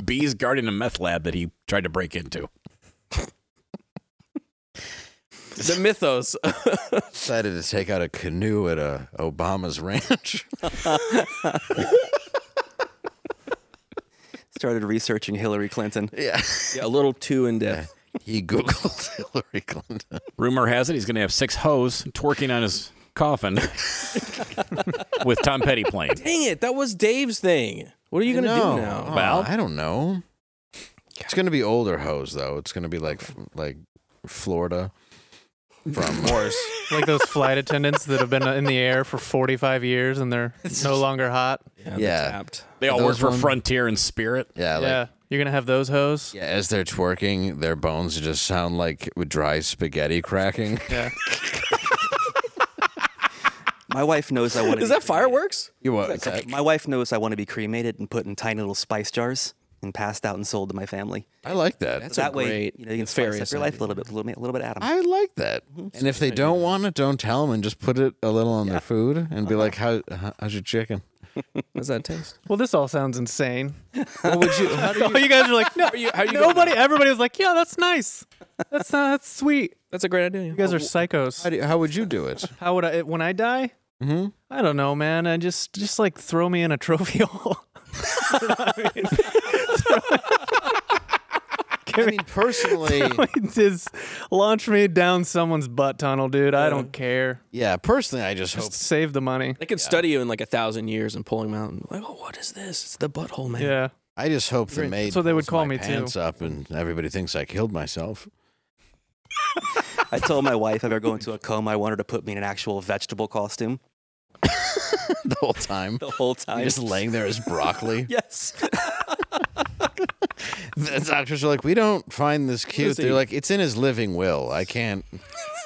[SPEAKER 3] Bees guarding a meth lab that he tried to break into.
[SPEAKER 2] The mythos.
[SPEAKER 1] Decided to take out a canoe at a Obama's ranch.
[SPEAKER 5] Started researching Hillary Clinton.
[SPEAKER 1] yeah,
[SPEAKER 2] *laughs* yeah, *laughs* a little too in depth.
[SPEAKER 1] he googled *laughs* Hillary Clinton.
[SPEAKER 3] Rumor has it he's going to have six hoes twerking on his coffin *laughs* with Tom Petty playing.
[SPEAKER 2] Dang it! That was Dave's thing. What are you gonna
[SPEAKER 1] No.
[SPEAKER 2] do now?
[SPEAKER 1] Oh,
[SPEAKER 3] Val?
[SPEAKER 1] I don't know. It's gonna be older hoes though. It's gonna be like like Florida *laughs* from Morris.
[SPEAKER 4] like those flight attendants that have been in the air for 45 years and
[SPEAKER 5] *laughs*
[SPEAKER 4] they're no longer hot.
[SPEAKER 2] Yeah. the
[SPEAKER 1] Yeah.
[SPEAKER 2] tapped.
[SPEAKER 3] They all work
[SPEAKER 1] Those
[SPEAKER 3] for
[SPEAKER 1] one-
[SPEAKER 3] Frontier and Spirit.
[SPEAKER 1] Yeah, like
[SPEAKER 4] yeah, you're gonna have those hoes.
[SPEAKER 1] yeah, as they're twerking, their bones just sound like dry spaghetti *laughs* cracking.
[SPEAKER 4] Yeah.
[SPEAKER 5] My wife
[SPEAKER 2] *laughs*
[SPEAKER 5] knows I want to.
[SPEAKER 2] Is that fireworks?
[SPEAKER 1] You what? is that-
[SPEAKER 5] My wife knows I want to be cremated and put in tiny little spice jars and passed out and sold to my family.
[SPEAKER 1] I like that.
[SPEAKER 2] That's a
[SPEAKER 5] that way,
[SPEAKER 2] great,
[SPEAKER 5] you know, you can spice up
[SPEAKER 2] nefarious
[SPEAKER 5] your life a
[SPEAKER 2] idea.
[SPEAKER 5] little bit, a little, bit- a little
[SPEAKER 2] *laughs*
[SPEAKER 5] bit, Adam.
[SPEAKER 1] I like that. And if they don't want it, don't tell them and just put it a little on their food and be like, "How how- how's your chicken?"
[SPEAKER 2] How's that taste?
[SPEAKER 4] Well, this all sounds insane.
[SPEAKER 1] What would you? How do
[SPEAKER 4] *laughs*
[SPEAKER 1] you
[SPEAKER 4] Oh, you guys are like, no,
[SPEAKER 2] how you
[SPEAKER 4] nobody. Everybody was like, yeah, that's nice. That's not, that's sweet.
[SPEAKER 2] That's a great idea. yeah.
[SPEAKER 4] You guys are
[SPEAKER 1] how,
[SPEAKER 4] psychos.
[SPEAKER 1] do you- how would you do *laughs* it?
[SPEAKER 4] How would I when I die?
[SPEAKER 1] hmm
[SPEAKER 4] I don't know, man. I just just like throw me in a trophy *laughs* hole. *laughs*
[SPEAKER 1] I mean, *laughs* personally,
[SPEAKER 4] just launch me down someone's butt tunnel, dude. I don't care.
[SPEAKER 1] yeah, personally, I just hope
[SPEAKER 4] Just save the money.
[SPEAKER 2] They could study you in like a thousand years and pull him out and like, oh, what is this? It's the butthole man.
[SPEAKER 4] Yeah.
[SPEAKER 1] I just hope the maid.
[SPEAKER 4] what they would
[SPEAKER 1] pulls
[SPEAKER 4] call
[SPEAKER 1] my
[SPEAKER 4] me, too.
[SPEAKER 1] pants up, and everybody thinks I killed myself. *laughs*
[SPEAKER 5] I told my wife if I ever go into a coma, I want her to put me in an actual vegetable costume
[SPEAKER 1] the whole time. *laughs*
[SPEAKER 5] the whole
[SPEAKER 1] I'm
[SPEAKER 5] time.
[SPEAKER 1] just laying there as
[SPEAKER 4] *laughs*
[SPEAKER 1] broccoli.
[SPEAKER 5] *laughs* yes.
[SPEAKER 1] The doctors are like, we don't find this cute.
[SPEAKER 2] Listen.
[SPEAKER 1] They're like, it's in his living will. I
[SPEAKER 4] *laughs*
[SPEAKER 1] can't.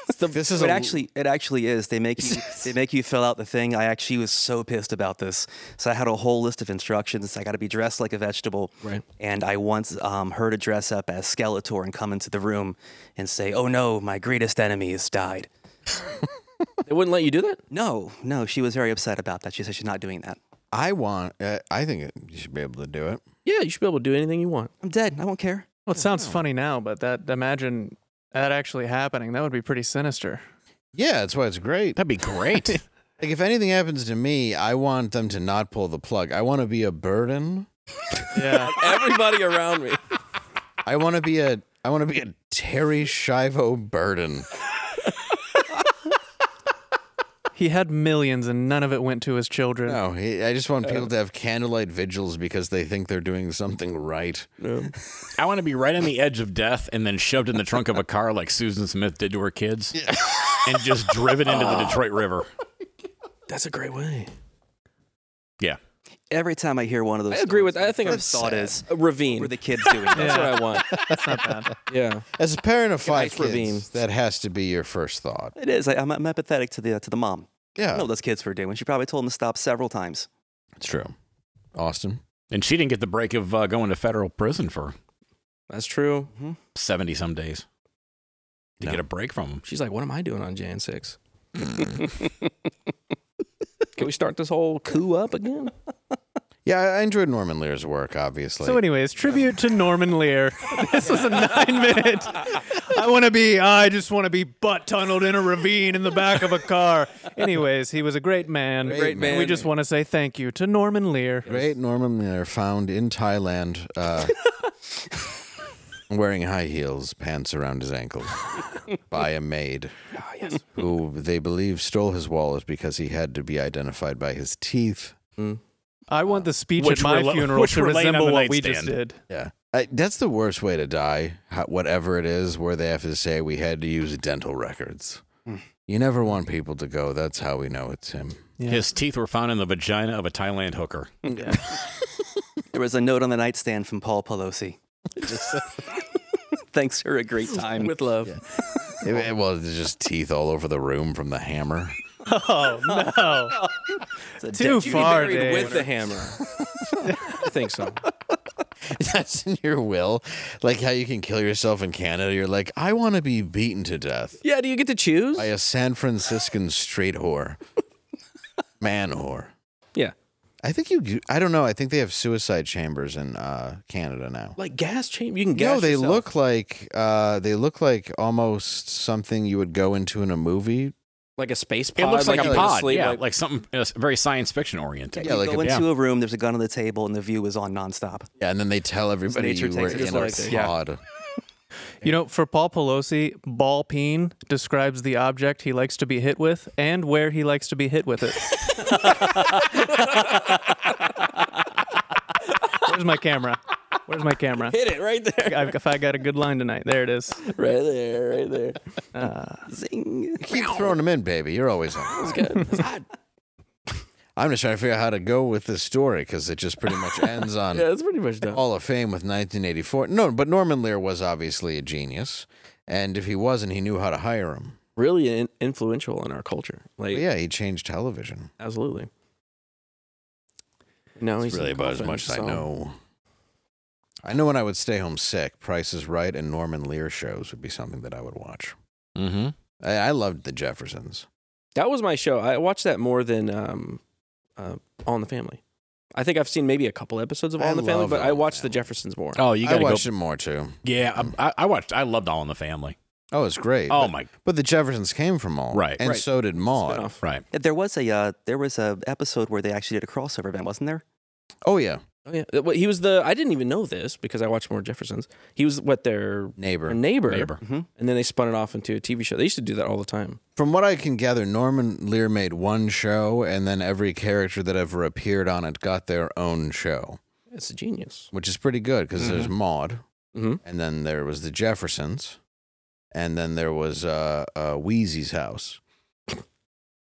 [SPEAKER 1] *laughs* this is
[SPEAKER 5] But
[SPEAKER 1] a-
[SPEAKER 5] actually, it actually is. They make
[SPEAKER 2] *laughs*
[SPEAKER 5] you they make you fill out the thing. I actually was so pissed about this, so I had a whole list of instructions. I got to be dressed like a vegetable,
[SPEAKER 2] Right.
[SPEAKER 5] And I want um, her to dress up as Skeletor and come into the room and say, "Oh no, my greatest enemy has died."
[SPEAKER 2] They wouldn't let you do that?
[SPEAKER 5] No, no, she was very upset about that. She said she's not doing that.
[SPEAKER 1] I want. Uh, I think you should be able to do it.
[SPEAKER 2] Yeah, you should be able to do anything you want.
[SPEAKER 5] I'm dead. I won't care.
[SPEAKER 4] Well, it sounds funny now, but that imagine that actually happening. That would be pretty sinister.
[SPEAKER 1] Yeah, that's why it's great.
[SPEAKER 3] That'd be great.
[SPEAKER 1] Like, if anything happens to me, I want them to not pull the plug. I want to be a burden.
[SPEAKER 4] Yeah.
[SPEAKER 2] Everybody around me.
[SPEAKER 1] I want to be a. I want to be a Terry Shivo burden.
[SPEAKER 4] *laughs* he had millions and none of it went to his children.
[SPEAKER 1] No, he, I just want people to have candlelight vigils because they think they're doing something right.
[SPEAKER 3] I want to be right on the edge of death and then shoved in the trunk of a car like Susan Smith did to her kids and just driven into the Detroit River.
[SPEAKER 2] That's a great way.
[SPEAKER 3] Yeah.
[SPEAKER 5] Every time I hear one of those,
[SPEAKER 2] I agree with
[SPEAKER 5] stories,
[SPEAKER 2] I think
[SPEAKER 5] my
[SPEAKER 2] I'm
[SPEAKER 5] first thought
[SPEAKER 2] sad.
[SPEAKER 5] is,
[SPEAKER 2] a
[SPEAKER 5] "What
[SPEAKER 2] ravine.
[SPEAKER 5] are
[SPEAKER 2] *laughs*
[SPEAKER 5] the kids doing?"
[SPEAKER 2] That's
[SPEAKER 5] That's
[SPEAKER 2] what I want. Yeah.
[SPEAKER 1] As a parent of five
[SPEAKER 2] ice ravine.
[SPEAKER 1] kids, that has to be your first thought.
[SPEAKER 5] what *laughs* It is. I, I'm, I'm empathetic to the to the mom. I
[SPEAKER 1] Yeah,
[SPEAKER 5] know what those kids were doing. She probably told them to stop several times.
[SPEAKER 1] it's true. Austin.
[SPEAKER 3] And she didn't get the break of uh, going to federal prison for
[SPEAKER 2] That's true.
[SPEAKER 3] 70 some days to
[SPEAKER 1] No.
[SPEAKER 3] get a break from him.
[SPEAKER 2] *laughs* She's like, what am I doing on Jan 6? Can we start this whole coup up again?
[SPEAKER 1] Yeah, I- I enjoyed Norman Lear's work, obviously.
[SPEAKER 4] So, anyways, tribute to Norman Lear. This was a nine minute. I want to be. I just want to be butt tunneled in a ravine in the back of a car. Anyways, he was a great man.
[SPEAKER 1] Great Great man.
[SPEAKER 4] We just want to say thank you to Norman Lear.
[SPEAKER 1] Great Norman Lear found in Thailand, uh, wearing high heels, pants around his ankles, by a maid who they believe stole his wallet because he had to be identified by his teeth.
[SPEAKER 4] I want the speech
[SPEAKER 3] Which
[SPEAKER 4] at my
[SPEAKER 3] we're lo-
[SPEAKER 4] funeral
[SPEAKER 3] which
[SPEAKER 4] to
[SPEAKER 3] we're laying on
[SPEAKER 4] resemble
[SPEAKER 3] the
[SPEAKER 4] what we just
[SPEAKER 3] nightstand.
[SPEAKER 4] did.
[SPEAKER 1] Yeah. I, that's the worst way to die, ho- whatever it is, where they have to say we had to use dental records. You never want people to go, that's how we know it's him.
[SPEAKER 3] His teeth were found in the vagina of a Thailand hooker.
[SPEAKER 5] *laughs* There was a note on the nightstand from Paul Pelosi. Just *laughs* thanks for a great time.
[SPEAKER 2] With love.
[SPEAKER 1] It, it was just teeth all over the room from the hammer. *laughs*
[SPEAKER 4] Oh no!
[SPEAKER 5] It's a
[SPEAKER 4] Too
[SPEAKER 5] dead-
[SPEAKER 4] far,
[SPEAKER 2] Buried
[SPEAKER 4] Dave.
[SPEAKER 2] with the hammer. *laughs* I think so.
[SPEAKER 1] That's in your will. Like how you can kill yourself in Canada. You're like, I want to be beaten to death
[SPEAKER 2] Yeah, do you get to choose?
[SPEAKER 1] by a San Franciscan straight whore, man whore.
[SPEAKER 2] yeah.
[SPEAKER 1] I think you, I don't know. I think they have suicide chambers in uh, Canada now.
[SPEAKER 2] Like gas chamber. You can gas
[SPEAKER 1] No, they
[SPEAKER 2] yourself.
[SPEAKER 1] look like uh, they look like almost something you would go into in a movie.
[SPEAKER 2] like a space
[SPEAKER 3] It
[SPEAKER 2] pod.
[SPEAKER 3] looks like,
[SPEAKER 2] you
[SPEAKER 3] a
[SPEAKER 2] go to
[SPEAKER 3] pod,
[SPEAKER 2] sleep,
[SPEAKER 3] yeah,
[SPEAKER 2] like-
[SPEAKER 3] like, something uh, very science fiction oriented.
[SPEAKER 1] Yeah, like
[SPEAKER 5] go
[SPEAKER 1] a,
[SPEAKER 5] into a room, there's a gun on the table, and the view is on nonstop.
[SPEAKER 1] yeah, and then they tell everybody
[SPEAKER 5] nature
[SPEAKER 1] you were
[SPEAKER 5] takes it
[SPEAKER 1] in a
[SPEAKER 5] just like- yeah.
[SPEAKER 1] pod.
[SPEAKER 4] You know, for Paul Pelosi, ball peen describes the object he likes to be hit with and where he likes to be hit with it. Where's my camera? Where's my camera?
[SPEAKER 2] hit it right *laughs* there.
[SPEAKER 4] I've, if I got a good line tonight, there it is. Uh,
[SPEAKER 2] Right there, right there.
[SPEAKER 5] Zing.
[SPEAKER 1] Keep throwing them in, baby. You're always on. I'm just trying to figure out how to go with this story because it just pretty much ends
[SPEAKER 5] *laughs*
[SPEAKER 1] on
[SPEAKER 2] Yeah, that's pretty much done.
[SPEAKER 1] Hall of Fame with 1984. No, but Norman Lear was obviously a genius, and if he wasn't, he knew how to hire him.
[SPEAKER 2] Really in- influential in our culture. Like,
[SPEAKER 1] But yeah, he changed television.
[SPEAKER 2] absolutely. No, he's
[SPEAKER 1] It's
[SPEAKER 2] in
[SPEAKER 1] really
[SPEAKER 2] a
[SPEAKER 1] about as
[SPEAKER 2] coffin,
[SPEAKER 1] much as I
[SPEAKER 2] so-
[SPEAKER 1] know. I know when I would stay home sick, Price is Right and Norman Lear shows would be something that I would watch.
[SPEAKER 3] Mm-hmm.
[SPEAKER 1] I, I loved The Jeffersons.
[SPEAKER 2] That was my show. I watched that more than um, uh, All in the Family. I think I've seen maybe a couple episodes of All
[SPEAKER 1] I
[SPEAKER 2] in the Family,
[SPEAKER 1] love
[SPEAKER 2] but
[SPEAKER 1] All
[SPEAKER 2] I
[SPEAKER 1] in the
[SPEAKER 2] watched The
[SPEAKER 1] Family.
[SPEAKER 2] Jeffersons more.
[SPEAKER 3] Oh, you
[SPEAKER 1] I
[SPEAKER 3] gotta go.
[SPEAKER 1] watched it more too.
[SPEAKER 3] Yeah, um, I, I watched. I loved All in the Family.
[SPEAKER 1] Oh, it's great.
[SPEAKER 3] Oh
[SPEAKER 1] but,
[SPEAKER 3] my,
[SPEAKER 1] but The Jeffersons came from all,
[SPEAKER 3] Right.
[SPEAKER 1] And
[SPEAKER 2] Right.
[SPEAKER 1] so did Maud.
[SPEAKER 2] Spinoff.
[SPEAKER 3] right.
[SPEAKER 5] Yeah, *laughs* There was a uh, there was a episode where they actually did a crossover event, wasn't there?
[SPEAKER 1] Oh yeah,
[SPEAKER 2] Oh yeah, Uh, what- he was the. I didn't even know this because I watched more Jeffersons. He was what their
[SPEAKER 1] neighbor.
[SPEAKER 2] their neighbor,
[SPEAKER 3] Neighbor.
[SPEAKER 5] Mm-hmm.
[SPEAKER 2] and then they spun it off into a TV show. They used to do that all the time.
[SPEAKER 1] From what I can gather, Norman Lear made one show, and then every character that ever appeared on it got their own show,
[SPEAKER 2] It's genius.
[SPEAKER 1] which is pretty good because there's Maud,
[SPEAKER 2] Mm-hmm.
[SPEAKER 1] and then there was the Jeffersons, and then there was uh, uh, Wheezy's house.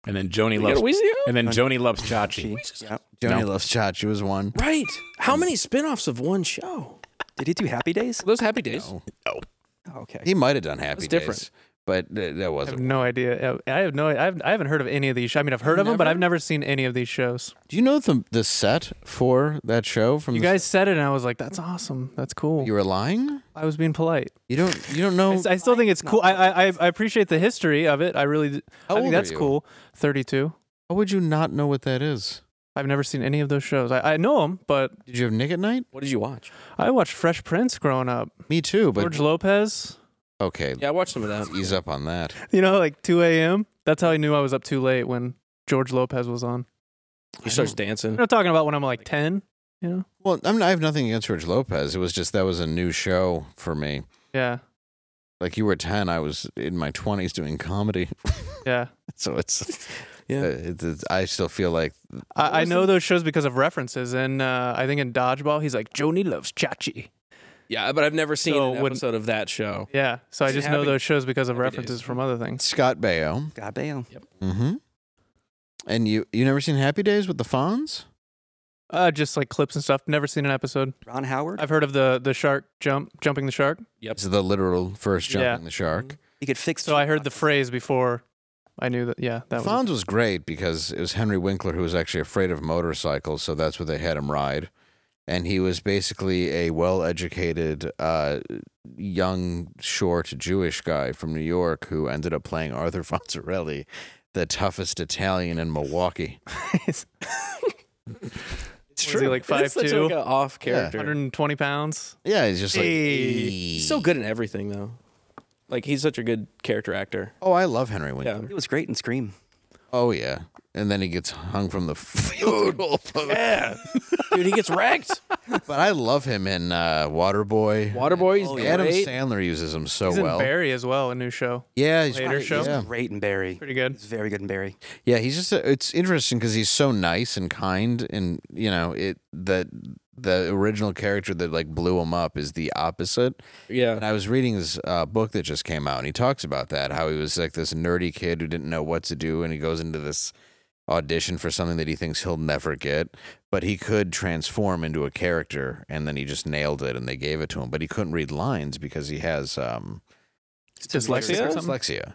[SPEAKER 3] And then Joni
[SPEAKER 2] You got
[SPEAKER 3] loves.
[SPEAKER 2] a Wheezy out?
[SPEAKER 3] And then Joni loves Chachi.
[SPEAKER 5] She- yeah.
[SPEAKER 1] Joni loves Chachi was one.
[SPEAKER 2] Right. How many spin-offs of one show?
[SPEAKER 5] Did he do Happy Days?
[SPEAKER 2] Those Happy Days.
[SPEAKER 1] No.
[SPEAKER 5] Oh, okay.
[SPEAKER 1] He might have done Happy
[SPEAKER 2] That's different.
[SPEAKER 1] Days, but th- that
[SPEAKER 4] I have
[SPEAKER 1] wasn't.
[SPEAKER 4] no idea. Uh, I I have no. I've, I haven't heard of any of these. I mean, I've heard of them, but
[SPEAKER 2] Never?
[SPEAKER 4] I've never seen any of these shows.
[SPEAKER 1] Do you know the the set for that show? From
[SPEAKER 4] You
[SPEAKER 1] the-
[SPEAKER 4] guys said it, and I was like, "That's awesome. That's cool."
[SPEAKER 1] you were lying.
[SPEAKER 4] I was being polite.
[SPEAKER 1] You don't. You don't
[SPEAKER 4] I,
[SPEAKER 1] know.
[SPEAKER 4] s- I still think it's cool. I, I I- I appreciate the history of it. I really. d-
[SPEAKER 1] How
[SPEAKER 4] I
[SPEAKER 1] old
[SPEAKER 4] think
[SPEAKER 1] are
[SPEAKER 4] that's
[SPEAKER 1] you?
[SPEAKER 4] cool. Thirty-two.
[SPEAKER 1] How would you not know what that is?
[SPEAKER 4] I've never seen any of those shows. I, I know them, but
[SPEAKER 1] Did you have Nick at Night?
[SPEAKER 2] What did you watch?
[SPEAKER 4] I watched Fresh Prince growing up.
[SPEAKER 1] Me too. But
[SPEAKER 4] George Lopez,
[SPEAKER 1] okay,
[SPEAKER 2] Yeah, I watched some of that.
[SPEAKER 1] ease up on that.
[SPEAKER 4] you know, like 2 a.m. That's how I knew I was up too late when George Lopez was on.
[SPEAKER 2] He starts
[SPEAKER 4] I'm
[SPEAKER 2] dancing.
[SPEAKER 4] not talking about when I'm like 10, you know?
[SPEAKER 1] Well, I'm, I have nothing against George Lopez. It was just that was a new show for me.
[SPEAKER 4] Yeah,
[SPEAKER 1] Like you were ten, I was in my twenties doing comedy, *laughs*
[SPEAKER 4] yeah.
[SPEAKER 1] so it's
[SPEAKER 2] Yeah.
[SPEAKER 1] uh, it's, it's- I still feel like
[SPEAKER 4] I, I know those shows because of references. And uh, I think in Dodgeball, he's like, Joni loves Chachi.
[SPEAKER 2] Yeah, but I've never seen
[SPEAKER 4] So
[SPEAKER 2] an
[SPEAKER 4] when-
[SPEAKER 2] episode of that show.
[SPEAKER 4] Yeah, so I
[SPEAKER 2] Is it
[SPEAKER 4] just know
[SPEAKER 2] Happy-
[SPEAKER 4] those shows because of
[SPEAKER 2] Happy Days?
[SPEAKER 4] references from other things.
[SPEAKER 1] Scott Baio.
[SPEAKER 5] God damn.
[SPEAKER 1] Mm-hmm. And you you never seen Happy Days with the Fonz?
[SPEAKER 4] Uh, just like clips and stuff. Never seen an episode.
[SPEAKER 5] Ron Howard.
[SPEAKER 4] I've heard of the the shark jump, jumping the shark.
[SPEAKER 2] Yep.
[SPEAKER 1] It's the literal first jumping
[SPEAKER 4] Yeah.
[SPEAKER 1] the shark.
[SPEAKER 5] he could fix.
[SPEAKER 4] So I heard the phrase before I knew that. Yeah, that was.
[SPEAKER 1] Fonz was great because it was Henry Winkler who was actually afraid of motorcycles, so that's what they had him ride. And he was basically a well-educated, uh, young, short Jewish guy from New York who ended up playing Arthur *laughs* Fonzarelli the toughest Italian in Milwaukee.
[SPEAKER 4] It's true. like five
[SPEAKER 2] That's such
[SPEAKER 4] two?
[SPEAKER 2] like a off character.
[SPEAKER 4] 120 pounds.
[SPEAKER 1] Yeah, he's just like.
[SPEAKER 4] Hey.
[SPEAKER 2] He's so good in everything though. Like he's such a good character actor.
[SPEAKER 1] Oh, I love Henry Winkler.
[SPEAKER 2] Yeah.
[SPEAKER 5] He was great in Scream.
[SPEAKER 1] Oh yeah, and then he gets hung from the *laughs* field goal post.
[SPEAKER 2] Yeah. Dude, he gets wrecked.
[SPEAKER 1] But I love him in uh, Waterboy.
[SPEAKER 2] *laughs* Waterboy's oh,
[SPEAKER 1] Adam
[SPEAKER 2] great.
[SPEAKER 1] Sandler uses him so
[SPEAKER 4] He's
[SPEAKER 1] well.
[SPEAKER 4] in Barry as well, a new show.
[SPEAKER 1] yeah, he's
[SPEAKER 4] Later
[SPEAKER 1] great,
[SPEAKER 4] show.
[SPEAKER 1] Yeah.
[SPEAKER 5] Great in Barry.
[SPEAKER 4] Pretty good.
[SPEAKER 5] He's very good in Barry.
[SPEAKER 1] Yeah, he's just a, it's interesting because he's so nice and kind, and you know it that the original character that like blew him up is the opposite. And
[SPEAKER 2] Yeah.
[SPEAKER 1] I was reading his uh, book that just came out, and he talks about that how he was like this nerdy kid who didn't know what to do, and he goes into this audition for something that he thinks he'll never get, but he could transform into a character, and then he just nailed it, and they gave it to him, but he couldn't read lines because he has um,
[SPEAKER 4] Dyslexia or something?
[SPEAKER 1] dyslexia.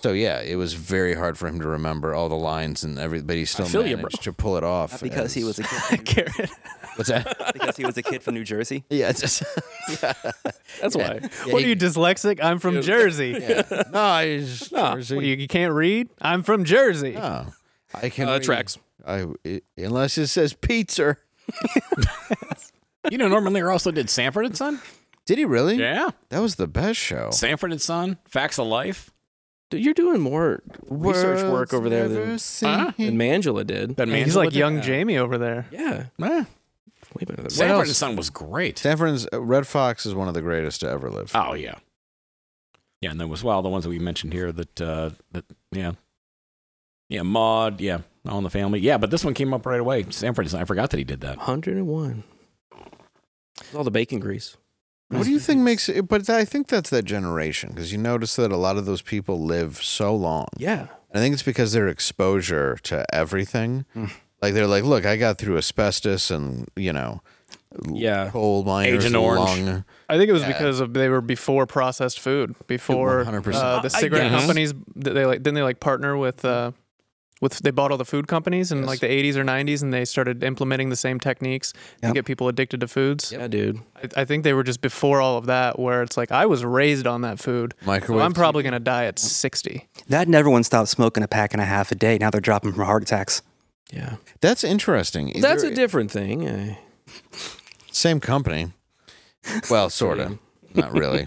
[SPEAKER 1] So yeah, it was very hard for him to remember all the lines and everything, but he still
[SPEAKER 2] feel you, bro.
[SPEAKER 1] managed to pull it off.
[SPEAKER 5] Not because he
[SPEAKER 1] as-
[SPEAKER 5] was a kid.
[SPEAKER 4] *laughs*
[SPEAKER 5] From New
[SPEAKER 4] Garrett.
[SPEAKER 1] *laughs* what's
[SPEAKER 5] *laughs*
[SPEAKER 1] that?
[SPEAKER 5] because he was a kid from New Jersey.
[SPEAKER 1] yeah, it's just,
[SPEAKER 2] That's why.
[SPEAKER 1] Yeah,
[SPEAKER 4] What
[SPEAKER 1] he-
[SPEAKER 4] are you, dyslexic? I'm from Jersey. *laughs*
[SPEAKER 1] No, he's Jersey. Ah,
[SPEAKER 4] What, you, you can't read? I'm from Jersey.
[SPEAKER 1] No, I can
[SPEAKER 2] Uh,
[SPEAKER 1] read-
[SPEAKER 2] tracks.
[SPEAKER 1] I it, unless it says pizza.
[SPEAKER 3] You know, Norman Lear also did Sanford and Son.
[SPEAKER 1] Did he really?
[SPEAKER 3] Yeah,
[SPEAKER 1] That was the best show.
[SPEAKER 3] Sanford and Son, Facts of Life.
[SPEAKER 2] Dude, you're doing more research work
[SPEAKER 1] World's
[SPEAKER 2] over there
[SPEAKER 1] never
[SPEAKER 2] than,
[SPEAKER 1] seen-
[SPEAKER 2] than Mangela did.
[SPEAKER 3] That
[SPEAKER 4] Man, he's
[SPEAKER 3] Mandela
[SPEAKER 4] like
[SPEAKER 3] did
[SPEAKER 4] young
[SPEAKER 3] that.
[SPEAKER 4] Jamie over there.
[SPEAKER 2] Yeah.
[SPEAKER 1] Eh.
[SPEAKER 2] Way better than
[SPEAKER 1] What
[SPEAKER 3] Sanford and
[SPEAKER 1] else?
[SPEAKER 3] Son was great.
[SPEAKER 1] Sanford's uh, Red Fox is one of the greatest to ever live.
[SPEAKER 3] Oh yeah, yeah, and there was well the ones that we mentioned here that uh, that yeah, yeah, Maud, yeah, All in the Family, yeah, but this one came up right away. Sanford and Son. I forgot that he did that.
[SPEAKER 2] 101. It's all the bacon grease.
[SPEAKER 1] What do you think makes it? But I think that's that generation because you notice that a lot of those people live so long.
[SPEAKER 2] Yeah.
[SPEAKER 1] I think it's because their exposure to everything.
[SPEAKER 2] Hmm.
[SPEAKER 1] Like they're like, look, I got through asbestos and you know, l-
[SPEAKER 2] Yeah.
[SPEAKER 1] coal miners,
[SPEAKER 3] Agent Orange.
[SPEAKER 1] lung.
[SPEAKER 4] I think it was
[SPEAKER 1] Yeah.
[SPEAKER 4] because of they were before processed food, before
[SPEAKER 1] 100%.
[SPEAKER 4] Uh, the cigarette
[SPEAKER 3] yes.
[SPEAKER 4] companies. th- They like didn't they like partner with uh, with they bought all the food companies in like the 80s or 90s, and they started implementing the same techniques to
[SPEAKER 1] Yep.
[SPEAKER 4] get people addicted to foods.
[SPEAKER 2] Yeah, dude.
[SPEAKER 4] I, I think they were just before all of that, where it's like I was raised on that food. so
[SPEAKER 1] Microwave
[SPEAKER 4] I'm probably gonna die at 60.
[SPEAKER 5] That and everyone stopped smoking a pack and a half a day. Now they're dropping from heart attacks.
[SPEAKER 2] Yeah.
[SPEAKER 1] That's interesting.
[SPEAKER 2] Well, that's
[SPEAKER 1] They're-
[SPEAKER 2] a different thing. eh? I-
[SPEAKER 1] Same company.
[SPEAKER 2] *laughs*
[SPEAKER 1] Well, sort of. Not really.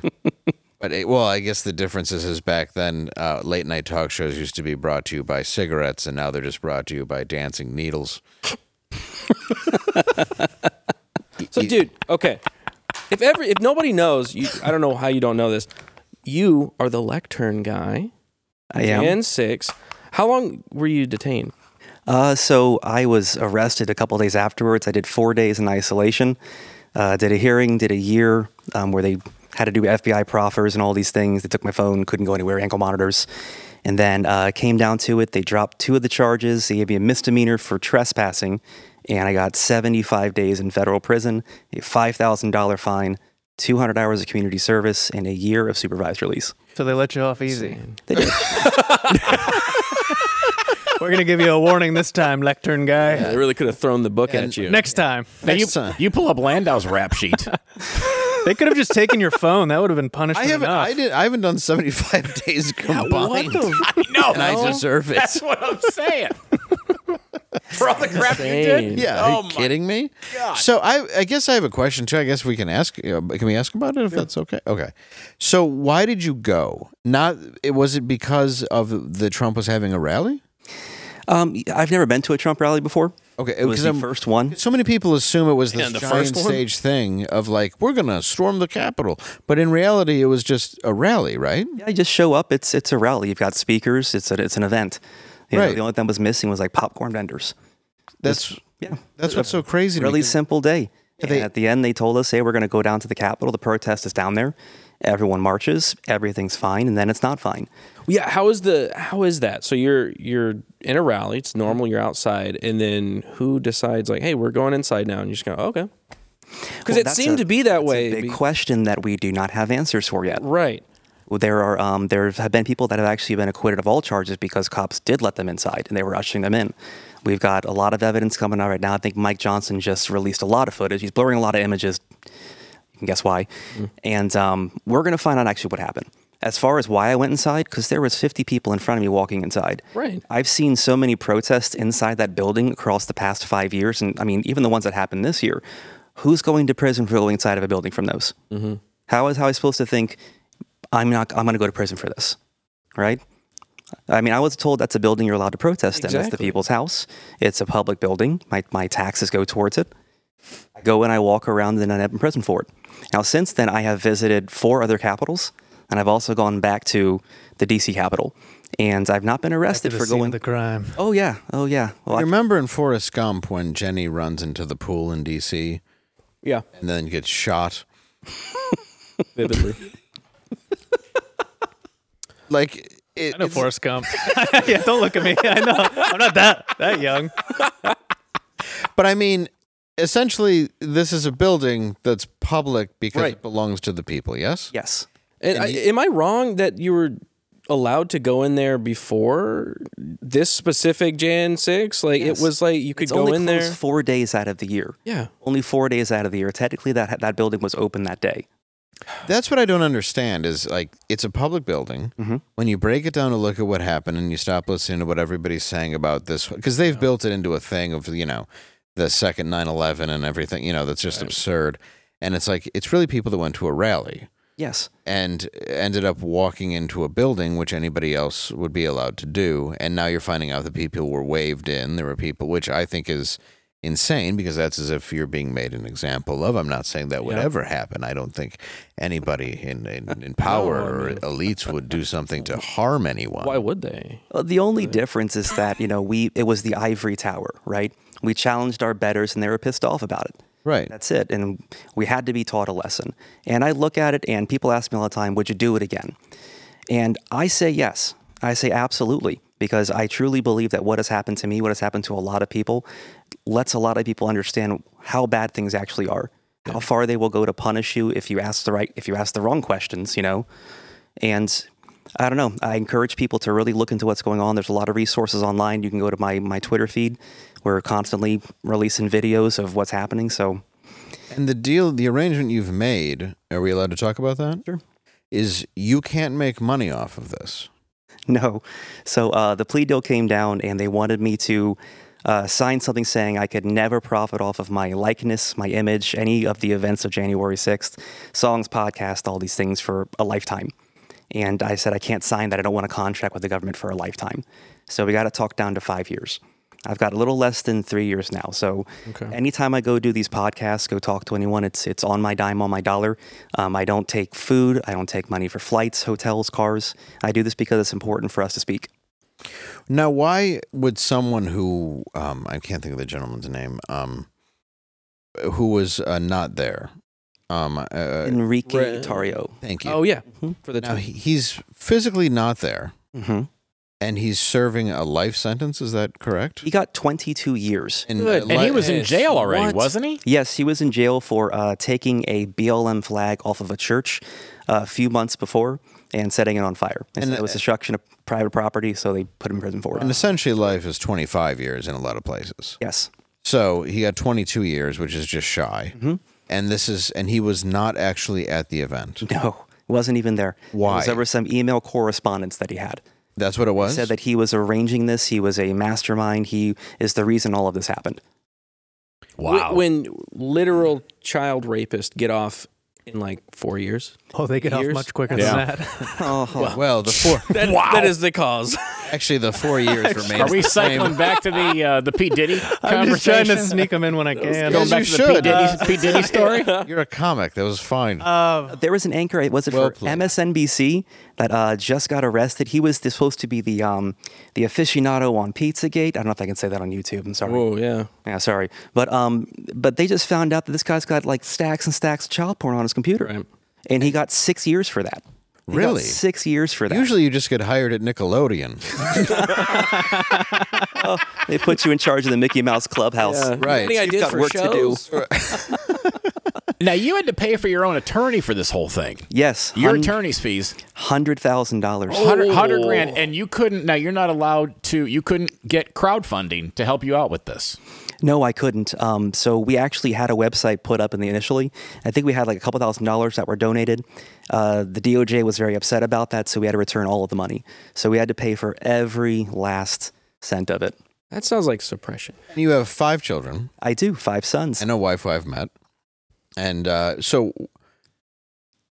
[SPEAKER 1] But it, well, I guess the difference is, is back then, uh, late night talk shows used to be brought to you by cigarettes, and now they're just brought to you by dancing needles.
[SPEAKER 2] *laughs* So, dude, okay. If every if nobody knows, you, I don't know how you don't know this. You are the lectern guy.
[SPEAKER 5] I am.
[SPEAKER 2] And six. How long were you detained?
[SPEAKER 5] Uh, so I was arrested a couple days afterwards. I did four days in isolation. Uh, did a hearing, did a year um, where they had to do FBI proffers and all these things. They took my phone, couldn't go anywhere, ankle monitors. And then uh, came down to it. They dropped two of the charges. They gave me a misdemeanor for trespassing. And I got 75 days in federal prison, a $5,000 fine, 200 hours of community service, and a year of supervised release.
[SPEAKER 4] So they let you off easy.
[SPEAKER 5] They did.
[SPEAKER 4] *laughs* We're gonna give you a warning this time, lectern guy.
[SPEAKER 2] They really could have thrown the book
[SPEAKER 1] And
[SPEAKER 2] at you.
[SPEAKER 4] Next time,
[SPEAKER 3] Now you,
[SPEAKER 1] Next time.
[SPEAKER 3] you pull up Landau's rap sheet.
[SPEAKER 4] they could have just taken your phone. That would have been
[SPEAKER 1] I
[SPEAKER 4] punishment
[SPEAKER 1] haven't.
[SPEAKER 4] enough.
[SPEAKER 1] I did. I haven't done seventy five *laughs* days combined.
[SPEAKER 2] what *laughs* the?
[SPEAKER 3] no,
[SPEAKER 1] and I deserve it.
[SPEAKER 3] that's what I'm
[SPEAKER 2] *laughs*
[SPEAKER 3] saying. For all the crap you
[SPEAKER 2] Insane.
[SPEAKER 3] did,
[SPEAKER 1] Yeah,
[SPEAKER 3] Oh
[SPEAKER 1] are you
[SPEAKER 3] my
[SPEAKER 1] kidding me? So I, I guess I have a question too. I guess we can ask. You know, can we ask about it if that's okay? Okay. So why did you go? Not it was it because of the Trump was having a rally?
[SPEAKER 5] Um, I've never been to a Trump rally before.
[SPEAKER 1] Okay,
[SPEAKER 5] It was
[SPEAKER 1] because
[SPEAKER 5] the
[SPEAKER 1] I'm-
[SPEAKER 5] first one.
[SPEAKER 1] So many people assume it was this
[SPEAKER 2] And the
[SPEAKER 1] giant
[SPEAKER 2] first one?
[SPEAKER 1] stage thing of like we're gonna storm the Capitol, but in reality it was just a rally, right?
[SPEAKER 5] Yeah, you just show up. It's it's a rally. You've got speakers. It's a, it's an event. You know,
[SPEAKER 1] Right.
[SPEAKER 5] the only thing that was missing was like popcorn vendors.
[SPEAKER 1] That's
[SPEAKER 5] Yeah.
[SPEAKER 1] that's what's so crazy. to me,
[SPEAKER 5] Really
[SPEAKER 1] 'cause-
[SPEAKER 5] simple day.
[SPEAKER 1] Yeah, they-
[SPEAKER 5] and at the end, they told us, "Hey, we're going to go down to the Capitol. The protest is down there. Everyone marches. Everything's fine, and then it's not fine."
[SPEAKER 2] Yeah, how is the how is that? So you're you're in a rally, it's normal, you're outside, and then who decides like, hey, we're going inside now, and you just go, okay. Because
[SPEAKER 5] Well,
[SPEAKER 2] it
[SPEAKER 5] that's
[SPEAKER 2] seemed
[SPEAKER 5] a-
[SPEAKER 2] to be that
[SPEAKER 5] that's a
[SPEAKER 2] way.
[SPEAKER 5] big
[SPEAKER 2] be-
[SPEAKER 5] question that we do not have answers for yet.
[SPEAKER 2] right.
[SPEAKER 5] Well, There are um, there have been people that have actually been acquitted of all charges because cops did let them inside and they were ushering them in. We've got a lot of evidence coming out right now. I think Mike Johnson just released a lot of footage. He's
[SPEAKER 2] Mm.
[SPEAKER 5] blurring a lot of images. You can guess why. And um, we're going to find out actually what happened. As far as why I went inside, because there was 50 people in front of me walking inside.
[SPEAKER 2] Right.
[SPEAKER 5] I've seen so many protests inside that building across the past five years, and I mean, even the ones that happened this year. Who's going to prison for going inside of a building from those?
[SPEAKER 2] Mm-hmm.
[SPEAKER 5] How is how I supposed to think? I'm not. I'm going to go to prison for this, right? I mean, I was told that's a building you're allowed to protest in. It's the
[SPEAKER 2] Exactly.
[SPEAKER 5] people's house. It's a public building. My my taxes go towards it. I go and I walk around and I am in prison for it. Now, since then, I have visited four other capitals, and I've also gone back to the D.C. capital, and I've not been arrested for going.
[SPEAKER 4] the crime.
[SPEAKER 5] oh yeah, oh yeah. Well, I-
[SPEAKER 1] you remember in Forrest Gump when Jenny runs into the pool in D.C.
[SPEAKER 2] Yeah,
[SPEAKER 1] and then gets shot?
[SPEAKER 2] vividly.
[SPEAKER 1] Like it,
[SPEAKER 4] I know
[SPEAKER 1] it's-
[SPEAKER 4] Forrest Gump. *laughs* yeah, don't look at me. I know. I'm not that that young.
[SPEAKER 1] But I mean, essentially, this is a building that's public because
[SPEAKER 2] Right.
[SPEAKER 1] it belongs to the people. Yes.
[SPEAKER 5] yes.
[SPEAKER 2] *laughs* And I, am I wrong that you were allowed to go in there before this specific Jan six? Like
[SPEAKER 5] Yes.
[SPEAKER 2] it was like you could
[SPEAKER 5] it's
[SPEAKER 2] go
[SPEAKER 5] only
[SPEAKER 2] in
[SPEAKER 5] closed
[SPEAKER 2] there.
[SPEAKER 5] four days out of the year.
[SPEAKER 2] yeah.
[SPEAKER 5] Only four days out of the year. Technically, that that building was open that day.
[SPEAKER 1] That's what I don't understand. Is like it's a public building. When you break it down to look at what happened, and you stop listening to what everybody's saying about this, because they've built it into a thing of you know the second 9-11 and everything. You know that's just absurd. And it's like it's really people that went to a rally.
[SPEAKER 5] Yes.
[SPEAKER 1] and ended up walking into a building which anybody else would be allowed to do and now you're finding out that people were waved in there were people which i think is insane because that's as if you're being made an example of i'm not saying that would ever happen i don't think anybody in,
[SPEAKER 2] *laughs*
[SPEAKER 1] in, in power or elites would do something to harm anyone
[SPEAKER 2] Why would they?
[SPEAKER 5] Well, Uh, the only difference is that you know we it was the ivory tower, right? We challenged our betters, and they were pissed off about it.
[SPEAKER 1] right
[SPEAKER 5] That's it, and we had to be taught a lesson. And I look at it, and people ask me all the time, "Would you do it again?" And I say yes. I say absolutely because I truly believe that what has happened to me, what has happened to a lot of people, lets a lot of people understand how bad things actually are, how far they will go to punish you if you ask the right, if you ask the wrong questions, you know. And I don't know. I encourage people to really look into what's going on. There's a lot of resources online. You can go to my my Twitter feed. We're constantly releasing videos of what's happening. So
[SPEAKER 1] And the deal, the arrangement you've made, are we allowed to talk about that?
[SPEAKER 5] Sure.
[SPEAKER 1] Is you can't make money off of this.
[SPEAKER 5] *laughs* No. So uh, the plea deal came down, and they wanted me to uh, sign something saying I could never profit off of my likeness, my image, any of the events of January 6th, songs, podcast, all these things for a lifetime. And I said, I can't sign that. I don't want a contract with the government for a lifetime. So we got to talk down to five years. I've got a little less than three years now. So anytime I go do these podcasts, go talk to anyone, it's it's on my dime, on my dollar. Um, I don't take food. I don't take money for flights, hotels, cars. I do this because it's important for us to speak.
[SPEAKER 1] Now, why would someone who um, I can't think of the gentleman's name, um, who was uh, not there? Um, uh,
[SPEAKER 5] Enrique
[SPEAKER 2] Right.
[SPEAKER 5] Tario.
[SPEAKER 1] thank you.
[SPEAKER 2] Oh yeah, for the
[SPEAKER 1] now
[SPEAKER 2] time.
[SPEAKER 1] he- he's physically not there,
[SPEAKER 5] hmm
[SPEAKER 1] and he's serving a life sentence. Is that correct?
[SPEAKER 5] He got 22 years.
[SPEAKER 1] And,
[SPEAKER 2] Good.
[SPEAKER 1] uh,
[SPEAKER 3] And he
[SPEAKER 1] li-
[SPEAKER 3] was in jail already,
[SPEAKER 2] What?
[SPEAKER 3] wasn't he?
[SPEAKER 5] Yes, he was in jail for uh, taking a BLM flag off of a church uh, a few months before and setting it on fire. And
[SPEAKER 1] And
[SPEAKER 5] it was
[SPEAKER 1] the-
[SPEAKER 5] destruction of private property, so they put him in prison for it.
[SPEAKER 1] and essentially, life is twenty five years in a lot of places.
[SPEAKER 5] Yes.
[SPEAKER 1] So he got twenty two years, which is just shy. And this is, and he was not actually at the event.
[SPEAKER 5] No, wasn't even there. It
[SPEAKER 1] Why?
[SPEAKER 5] was over some email correspondence that he had.
[SPEAKER 1] That's what it was.
[SPEAKER 5] Said that he was arranging this. He was a mastermind. He is the reason all of this
[SPEAKER 1] *laughs*
[SPEAKER 5] happened.
[SPEAKER 3] Wow.
[SPEAKER 2] Wh- When, literal child rapists get off in like four years.
[SPEAKER 4] Oh, they get
[SPEAKER 2] Years?
[SPEAKER 4] off much quicker
[SPEAKER 3] Yeah.
[SPEAKER 4] than that.
[SPEAKER 5] Oh,
[SPEAKER 1] well, the four
[SPEAKER 2] *laughs* That,
[SPEAKER 3] Wow.
[SPEAKER 2] that is the
[SPEAKER 3] *laughs*
[SPEAKER 2] cause.
[SPEAKER 1] actually the four years remains.
[SPEAKER 3] Are we
[SPEAKER 1] the same.
[SPEAKER 3] cycling back to the uh, the P Diddy
[SPEAKER 4] I'm just
[SPEAKER 3] conversation?
[SPEAKER 4] *laughs* trying to sneak them in when I can.
[SPEAKER 1] As
[SPEAKER 3] Going back
[SPEAKER 1] you
[SPEAKER 3] to
[SPEAKER 1] should.
[SPEAKER 3] the P Diddy, P. Diddy
[SPEAKER 2] *laughs*
[SPEAKER 3] story.
[SPEAKER 1] You're a comic. That was fine.
[SPEAKER 4] Uh,
[SPEAKER 5] There was an anchor. It was it
[SPEAKER 1] Well
[SPEAKER 5] for
[SPEAKER 1] played.
[SPEAKER 5] MSNBC that uh, just got arrested. He was supposed to be the um, the aficionado on Pizzagate. I don't know if I can say that on YouTube. I'm sorry.
[SPEAKER 2] Whoa, yeah.
[SPEAKER 5] Yeah, sorry. But um, but they just found out that this guy's got like stacks and stacks of child porn on his computer,
[SPEAKER 2] Right.
[SPEAKER 5] and he got six years for that. He got
[SPEAKER 1] Really?
[SPEAKER 5] six years for that.
[SPEAKER 1] Usually you just get hired at Nickelodeon. *laughs*
[SPEAKER 5] they put you in charge of the Mickey Mouse clubhouse.
[SPEAKER 1] Right.
[SPEAKER 2] Any
[SPEAKER 1] You've
[SPEAKER 2] ideas
[SPEAKER 5] got
[SPEAKER 2] for
[SPEAKER 5] work to do.
[SPEAKER 2] shows?
[SPEAKER 3] Now you had to pay for your own attorney for this whole thing.
[SPEAKER 5] Yes,
[SPEAKER 3] Your
[SPEAKER 5] hun-
[SPEAKER 3] attorney's fees.
[SPEAKER 5] hundred thousand
[SPEAKER 1] Oh,
[SPEAKER 5] dollars.
[SPEAKER 3] Hundred hundred grand, and you couldn't. Now you're not allowed to. You couldn't get crowdfunding to help you out with this.
[SPEAKER 5] No, I couldn't. Um, so we actually had a website put up in the initially. I think we had like a couple thousand dollars that were donated. Uh, the DOJ was very upset about that, so we had to return all of the money. So we had to pay for every last cent of it.
[SPEAKER 2] That sounds like suppression.
[SPEAKER 1] You have five children
[SPEAKER 5] I do five sons.
[SPEAKER 1] and a wife who I've met. And uh, so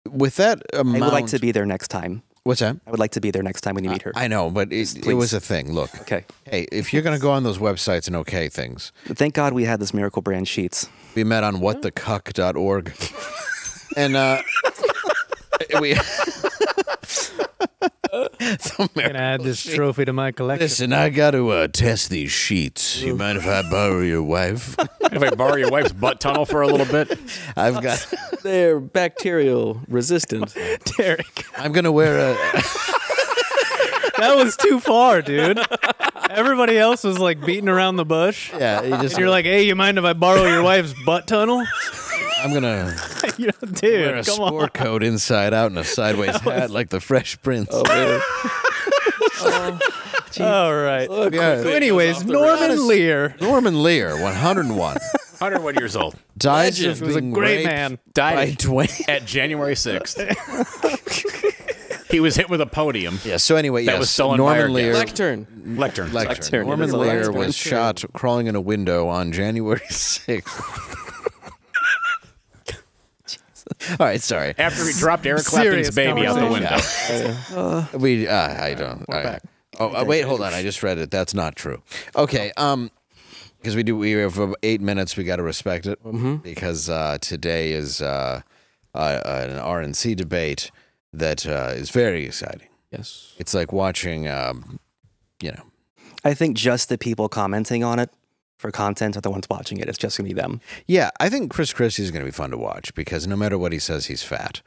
[SPEAKER 1] with that
[SPEAKER 5] I
[SPEAKER 1] amount.
[SPEAKER 5] would like to be there next time.
[SPEAKER 1] What's that?
[SPEAKER 5] I would like to be there next time when you meet her.
[SPEAKER 1] I know, but it, it
[SPEAKER 5] please.
[SPEAKER 1] was a thing. Look,
[SPEAKER 5] okay.
[SPEAKER 1] hey, if you're going to go on those websites and okay things,
[SPEAKER 5] Thank God we had this Miracle Brand sheets.
[SPEAKER 1] we met on whatthecuck.org. and uh, *laughs*
[SPEAKER 5] *laughs*
[SPEAKER 1] we. *laughs*
[SPEAKER 4] Can I add this trophy to my collection?
[SPEAKER 1] Listen, I got to uh, test these sheets. You mind if I borrow your
[SPEAKER 4] *laughs*
[SPEAKER 1] wife?
[SPEAKER 3] If I borrow your wife's butt tunnel for a little bit,
[SPEAKER 1] I've got.
[SPEAKER 2] They're bacterial *laughs* resistant.
[SPEAKER 4] Derek,
[SPEAKER 1] I'm gonna wear a.
[SPEAKER 4] that was too far, dude. Everybody else was like beating around the bush.
[SPEAKER 1] Yeah, you just.
[SPEAKER 4] And you're like, hey, you mind if I borrow your wife's butt tunnel? *laughs*
[SPEAKER 1] I'm gonna
[SPEAKER 4] You know,
[SPEAKER 1] wear a
[SPEAKER 4] dude, come
[SPEAKER 1] sport
[SPEAKER 4] on.
[SPEAKER 1] coat inside out and a
[SPEAKER 4] *laughs*
[SPEAKER 1] sideways hat like the Fresh Prince.
[SPEAKER 4] Oh, All right. So
[SPEAKER 1] yeah,
[SPEAKER 4] anyways, Norman Lear.
[SPEAKER 1] Norman Lear,
[SPEAKER 4] *laughs*
[SPEAKER 1] 101,
[SPEAKER 3] 101 years old,
[SPEAKER 1] dies of
[SPEAKER 4] was a
[SPEAKER 1] being
[SPEAKER 4] great
[SPEAKER 1] raped
[SPEAKER 4] man.
[SPEAKER 1] by
[SPEAKER 3] died
[SPEAKER 4] *laughs*
[SPEAKER 1] Dwayne.
[SPEAKER 3] at January 6th. he was hit with a podium
[SPEAKER 1] Yeah. So anyway,
[SPEAKER 3] That
[SPEAKER 1] yes,
[SPEAKER 3] was stolen by our
[SPEAKER 1] Norman Lear.
[SPEAKER 3] guest.
[SPEAKER 2] Lectern.
[SPEAKER 3] lectern.
[SPEAKER 1] Lectern.
[SPEAKER 2] Lectern.
[SPEAKER 1] Norman
[SPEAKER 2] It was a
[SPEAKER 1] Lear
[SPEAKER 2] lectern.
[SPEAKER 1] was shot crawling in a window on January *laughs*
[SPEAKER 4] *laughs*
[SPEAKER 1] 6th. All right, sorry.
[SPEAKER 3] After he dropped Eric
[SPEAKER 4] Serious
[SPEAKER 3] Clapton's baby out the window.
[SPEAKER 1] We uh, I don't. I- Oh, uh, wait, hold on. I just read it. That's not true. Okay. Um, because we do. We have uh, eight minutes. We got to respect it because uh, today is uh, uh, uh, an RNC debate that uh, is very exciting.
[SPEAKER 2] Yes.
[SPEAKER 1] It's like watching, um, you know,
[SPEAKER 5] I think just the people commenting on it for content are the ones watching it. It's just gonna be them.
[SPEAKER 1] yeah. I think Chris Christie is going to be fun to watch because no matter what he says, he's fat.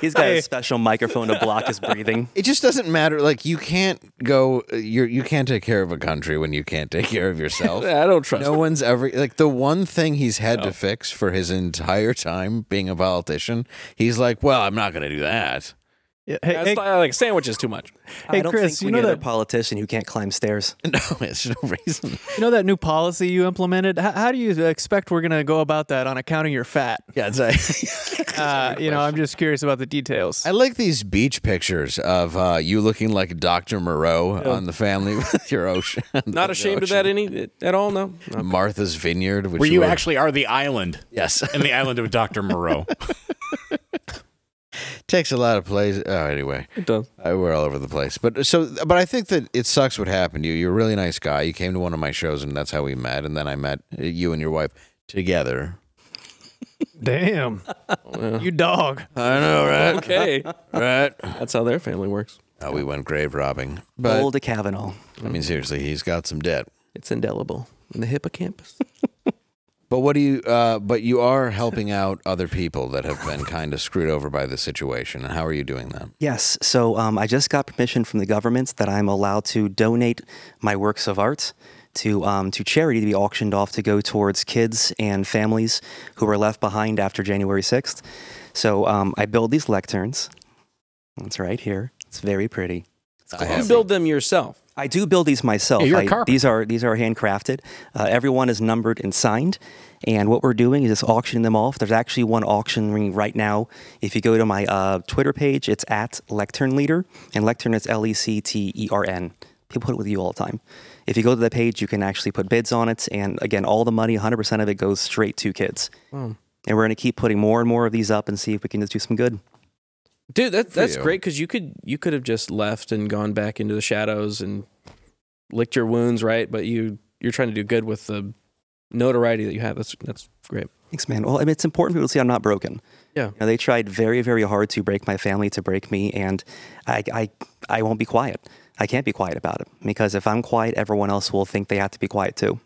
[SPEAKER 5] He's got a special microphone to block his breathing.
[SPEAKER 1] It just doesn't matter. Like you can't go. uh, You you can't take care of a country when you can't take care of yourself.
[SPEAKER 2] I don't trust.
[SPEAKER 1] No one's ever like the one thing he's had to fix for his entire time being a politician. He's like, well, I'm not going to do that. *laughs*
[SPEAKER 4] Yeah, hey,
[SPEAKER 2] That's
[SPEAKER 4] hey,
[SPEAKER 2] like, I like sandwiches too much.
[SPEAKER 4] Hey,
[SPEAKER 5] I don't
[SPEAKER 4] Chris,
[SPEAKER 5] think
[SPEAKER 4] you
[SPEAKER 5] we
[SPEAKER 4] know
[SPEAKER 5] need a
[SPEAKER 4] that-
[SPEAKER 5] politician who can't climb stairs.
[SPEAKER 1] No, it's no reason.
[SPEAKER 4] you know that new policy you implemented? How, how do you expect we're going to go about that on account of your fat?
[SPEAKER 1] Yeah, it's like,
[SPEAKER 4] Uh, you know, I'm just curious about the details.
[SPEAKER 1] I like these beach pictures of uh, you looking like Dr. Moreau on the family with *laughs* your ocean.
[SPEAKER 2] Not ashamed of that eh? any at all. No.
[SPEAKER 1] *laughs*
[SPEAKER 2] No.
[SPEAKER 1] Martha's Vineyard, which
[SPEAKER 3] Where you
[SPEAKER 1] were-
[SPEAKER 3] actually are the island.
[SPEAKER 1] yes,
[SPEAKER 3] And the island of Dr. Moreau.
[SPEAKER 1] takes a lot of plays. Oh, anyway.
[SPEAKER 2] It does.
[SPEAKER 1] I, we're all over the place. But so, but I think that it sucks what happened to you. You're a really nice guy. You came to one of my shows, and that's how we met. And then I met uh, you and your wife together.
[SPEAKER 4] Damn. you dog.
[SPEAKER 1] I know, right?
[SPEAKER 2] Okay.
[SPEAKER 1] Right.
[SPEAKER 2] *laughs* That's how their family works.
[SPEAKER 1] Uh, we went grave robbing, but
[SPEAKER 5] Old Kavanaugh.
[SPEAKER 1] I mean, seriously, he's got some debt.
[SPEAKER 2] It's indelible in the *laughs* hippocampus.
[SPEAKER 1] But what do you? Uh, but you are helping out other people that have been kind of screwed over by the situation. And how are you doing that?
[SPEAKER 5] Yes. So um, I just got permission from the government that I'm allowed to donate my works of art to um, to charity to be auctioned off to go towards kids and families who were left behind after January 6th. So um, I build these lecterns. It's right here. It's very pretty.
[SPEAKER 1] I
[SPEAKER 2] You
[SPEAKER 1] have-
[SPEAKER 2] build them yourself.
[SPEAKER 5] I do build these myself.
[SPEAKER 3] Yeah, you're a
[SPEAKER 5] I-
[SPEAKER 3] carpenter.
[SPEAKER 5] these are these are handcrafted. Uh, everyone is numbered and signed. And what we're doing is just auctioning them off. There's actually one auction ring right now. If you go to my uh, Twitter page, it's at Lectern Leader, and Lectern is L E C T E R N. People put it with you all the time. If you go to the page, you can actually put bids on it. And again, all the money, 100% of it goes straight to kids.
[SPEAKER 2] Hmm.
[SPEAKER 5] And we're going to keep putting more and more of these up and see if we can just do some good.
[SPEAKER 2] Dude, that, that's
[SPEAKER 1] you.
[SPEAKER 2] great because you could you could have just left and gone back into the shadows and licked your wounds, right? But you you're trying to do good with the notoriety that you have. That's that's great.
[SPEAKER 5] Thanks, man. Well, I mean, it's important for people to see I'm not broken.
[SPEAKER 2] Yeah.
[SPEAKER 5] You know, they tried very, very hard to break my family, to break me, and I, I, I won't be quiet. I can't be quiet about it because if I'm quiet, everyone else will think they have to be quiet too.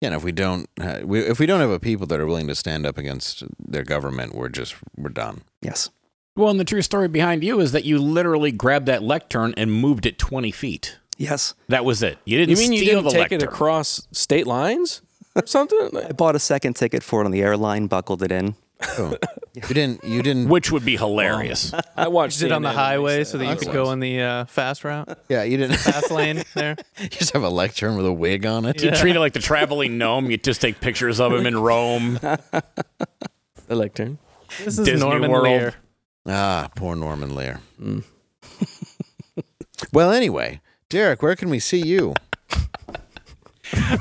[SPEAKER 1] Yeah, and if we don't, uh, we, if we don't have a people that are willing to stand up against their government, we're just we're done.
[SPEAKER 5] Yes.
[SPEAKER 3] *laughs* well, and the true story behind you is that you literally grabbed that lectern and moved it 20 feet.
[SPEAKER 5] Yes.
[SPEAKER 3] That was it. You didn't
[SPEAKER 2] You mean you
[SPEAKER 3] steal
[SPEAKER 2] didn't
[SPEAKER 3] the
[SPEAKER 2] take
[SPEAKER 3] lectern.
[SPEAKER 2] it across state lines? or
[SPEAKER 3] *laughs*
[SPEAKER 2] something?
[SPEAKER 5] I bought a second ticket for it on the airline, buckled it in.
[SPEAKER 1] *laughs* you didn't. You didn't.
[SPEAKER 3] Which would be hilarious.
[SPEAKER 2] I watched
[SPEAKER 4] Just did it on the
[SPEAKER 2] CNN.
[SPEAKER 4] highway so that you could go on the uh, fast route,
[SPEAKER 1] Yeah, you didn't. *laughs*
[SPEAKER 4] fast lane there.
[SPEAKER 1] you just have a lectern with a wig on it.
[SPEAKER 3] You treat it like the traveling gnome. You just take pictures of him
[SPEAKER 2] *laughs*
[SPEAKER 3] in Rome.
[SPEAKER 2] The lectern.
[SPEAKER 4] This is
[SPEAKER 3] Disney
[SPEAKER 4] Norman
[SPEAKER 3] World.
[SPEAKER 4] Lear.
[SPEAKER 1] Ah, poor Norman Lear. well, anyway, Derek, where can we see you?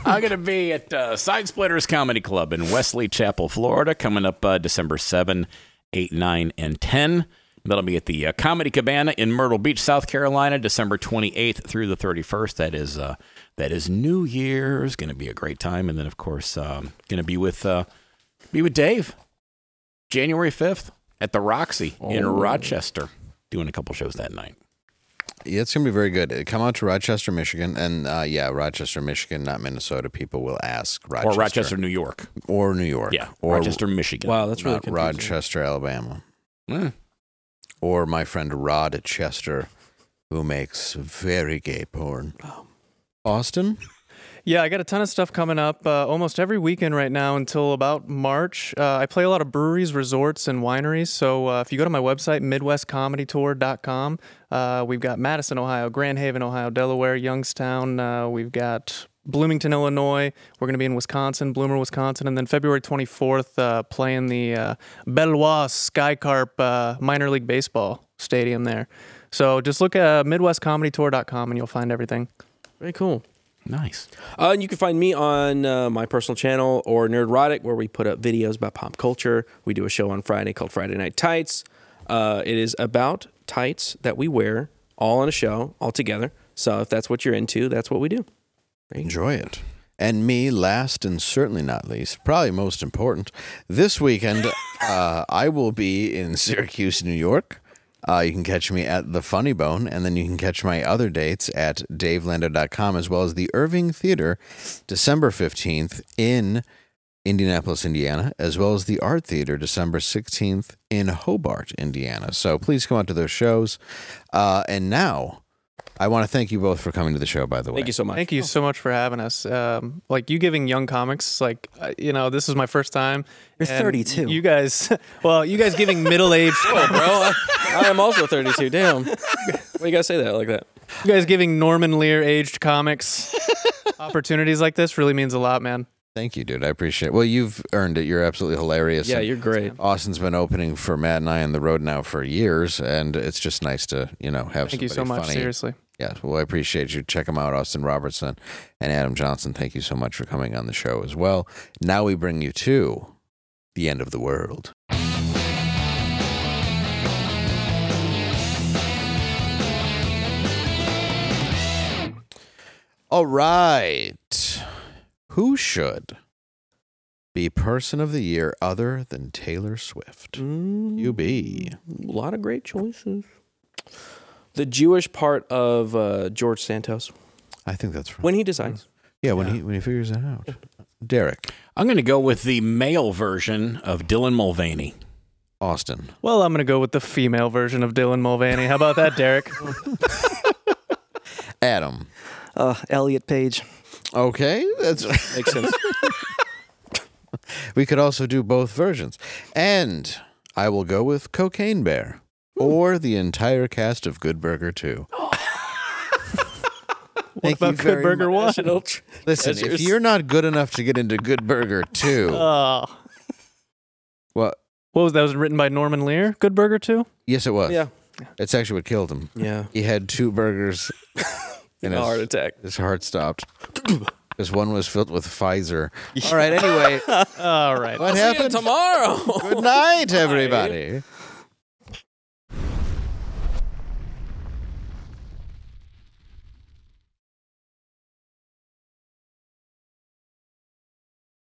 [SPEAKER 3] I'm going to be at uh, Side Splitters Comedy Club in Wesley Chapel, Florida, coming up uh, December 7, 8, 9, and 10. That'll be at the uh, Comedy Cabana in Myrtle Beach, South Carolina, December 28th through the 31st. That is uh, that is New Year's. Going to be a great time, and then of course, um, going to be with uh, be with Dave January 5th at the Roxy in
[SPEAKER 1] Oh.
[SPEAKER 3] Rochester, doing a couple shows that night.
[SPEAKER 1] Yeah, it's gonna be very good. Uh, Come out to Rochester, Michigan, and uh, yeah, Rochester, Michigan, not Minnesota. People will ask Rochester
[SPEAKER 3] Or Rochester, New York.
[SPEAKER 1] or New York,
[SPEAKER 3] Yeah.
[SPEAKER 1] or
[SPEAKER 3] Rochester, Michigan.
[SPEAKER 2] Wow, that's really
[SPEAKER 1] not
[SPEAKER 2] confusing.
[SPEAKER 1] Rochester, Alabama, eh,
[SPEAKER 3] Mm.
[SPEAKER 1] or my friend Rod Chester, who makes very gay porn.
[SPEAKER 2] Oh.
[SPEAKER 1] Austin,
[SPEAKER 4] Yeah, I got a ton of stuff coming up uh, almost every weekend right now until about March. Uh, I play a lot of breweries, resorts, and wineries. So uh, if you go to my website, MidwestComedyTour.com, uh, we've got Madison, Ohio, Grand Haven, Ohio, Delaware, Youngstown. Uh, we've got Bloomington, Illinois. We're going to be in Wisconsin, Bloomer, Wisconsin. And then February 24th, uh, playing the uh, Bellois Skycarp uh, Minor League Baseball Stadium there. So just look at uh, MidwestComedyTour.com and you'll find everything.
[SPEAKER 2] Very cool.
[SPEAKER 3] Nice.
[SPEAKER 2] Uh, and you can find me on uh, my personal channel or Nerdrotic, where we put up videos about pop culture. We do a show on Friday called Friday Night Tights. Uh, it is about tights that we wear all on a show, all together. So if that's what you're into, that's what we do.
[SPEAKER 1] enjoy it. And me, last and certainly not least, probably most important, this weekend uh, I will be in Syracuse, New York. Uh, you can catch me at the Funny Bone, and then you can catch my other dates at davelando.com as well as the Irving Theater, December 15th in Indianapolis, Indiana, as well as the Art Theater, December 16th in Hobart, Indiana. So please come out to those shows. Uh, and now I want to thank you both for coming to the show, by the way.
[SPEAKER 2] Thank you so much.
[SPEAKER 4] Thank you so much for having us. Um, like you giving young comics, like uh, you know, this is my first time.
[SPEAKER 5] You're
[SPEAKER 4] and
[SPEAKER 5] 32.
[SPEAKER 4] You guys, *laughs* well, you guys giving middle aged,
[SPEAKER 2] *laughs* bro. I, I am also 32. Damn. Why you gotta say that like that?
[SPEAKER 4] you guys giving Norman Lear aged comics *laughs* opportunities like this really means a lot, man.
[SPEAKER 1] Thank you, dude. I appreciate it. Well, you've earned it. You're absolutely hilarious.
[SPEAKER 2] Yeah,
[SPEAKER 1] And
[SPEAKER 2] you're great.
[SPEAKER 1] Austin's been opening for Matt and I on the road now for years, and it's just nice to, you know, have
[SPEAKER 4] Thank you so
[SPEAKER 1] somebody
[SPEAKER 4] much.
[SPEAKER 1] funny.
[SPEAKER 4] Seriously,
[SPEAKER 1] Yeah, well, I appreciate you. Check them out, Austin Robertson and Adam Johnson. Thank you so much for coming on the show as well. Now we bring you to the end of the world. All right. Who should be person of the year other than Taylor Swift? You be.
[SPEAKER 2] A Mm, lot of great choices. The Jewish part of uh, George Santos
[SPEAKER 1] I think that's right.
[SPEAKER 2] when
[SPEAKER 1] *laughs*
[SPEAKER 2] he decides.
[SPEAKER 1] yeah, when he when he figures that out. Derek,
[SPEAKER 3] I'm going to go with the male version of Dylan Mulvaney.
[SPEAKER 1] Austin,
[SPEAKER 4] well, I'm gonna go with the female version of Dylan Mulvaney. How about that, Derek?
[SPEAKER 1] Adam.
[SPEAKER 5] Uh, Elliot Page.
[SPEAKER 1] Okay, that's
[SPEAKER 2] *laughs* Makes sense.
[SPEAKER 1] *laughs* we could also do both versions. And I will go with Cocaine Bear or the entire cast of Good Burger
[SPEAKER 2] *gasps*
[SPEAKER 1] 2.
[SPEAKER 4] what about Good Burger
[SPEAKER 2] *laughs*
[SPEAKER 4] One?
[SPEAKER 1] Listen, if you're not good enough to get into Good
[SPEAKER 2] *laughs*
[SPEAKER 1] Burger 2,
[SPEAKER 2] Uh,
[SPEAKER 4] Oh,
[SPEAKER 1] well,
[SPEAKER 4] what was that? Was written by Norman Lear? Good Burger Two.
[SPEAKER 1] yes, it was.
[SPEAKER 2] Yeah.
[SPEAKER 1] It's actually what killed him.
[SPEAKER 2] Yeah.
[SPEAKER 1] He had two
[SPEAKER 2] *laughs*
[SPEAKER 1] burgers and
[SPEAKER 2] A
[SPEAKER 1] his-
[SPEAKER 2] heart attack.
[SPEAKER 1] his heart
[SPEAKER 2] *coughs*
[SPEAKER 1] stopped. Because one was filled with Pfizer.
[SPEAKER 2] *laughs*
[SPEAKER 1] All right, anyway,
[SPEAKER 4] All right.
[SPEAKER 1] what happened?
[SPEAKER 2] Tomorrow.
[SPEAKER 1] Good night, everybody.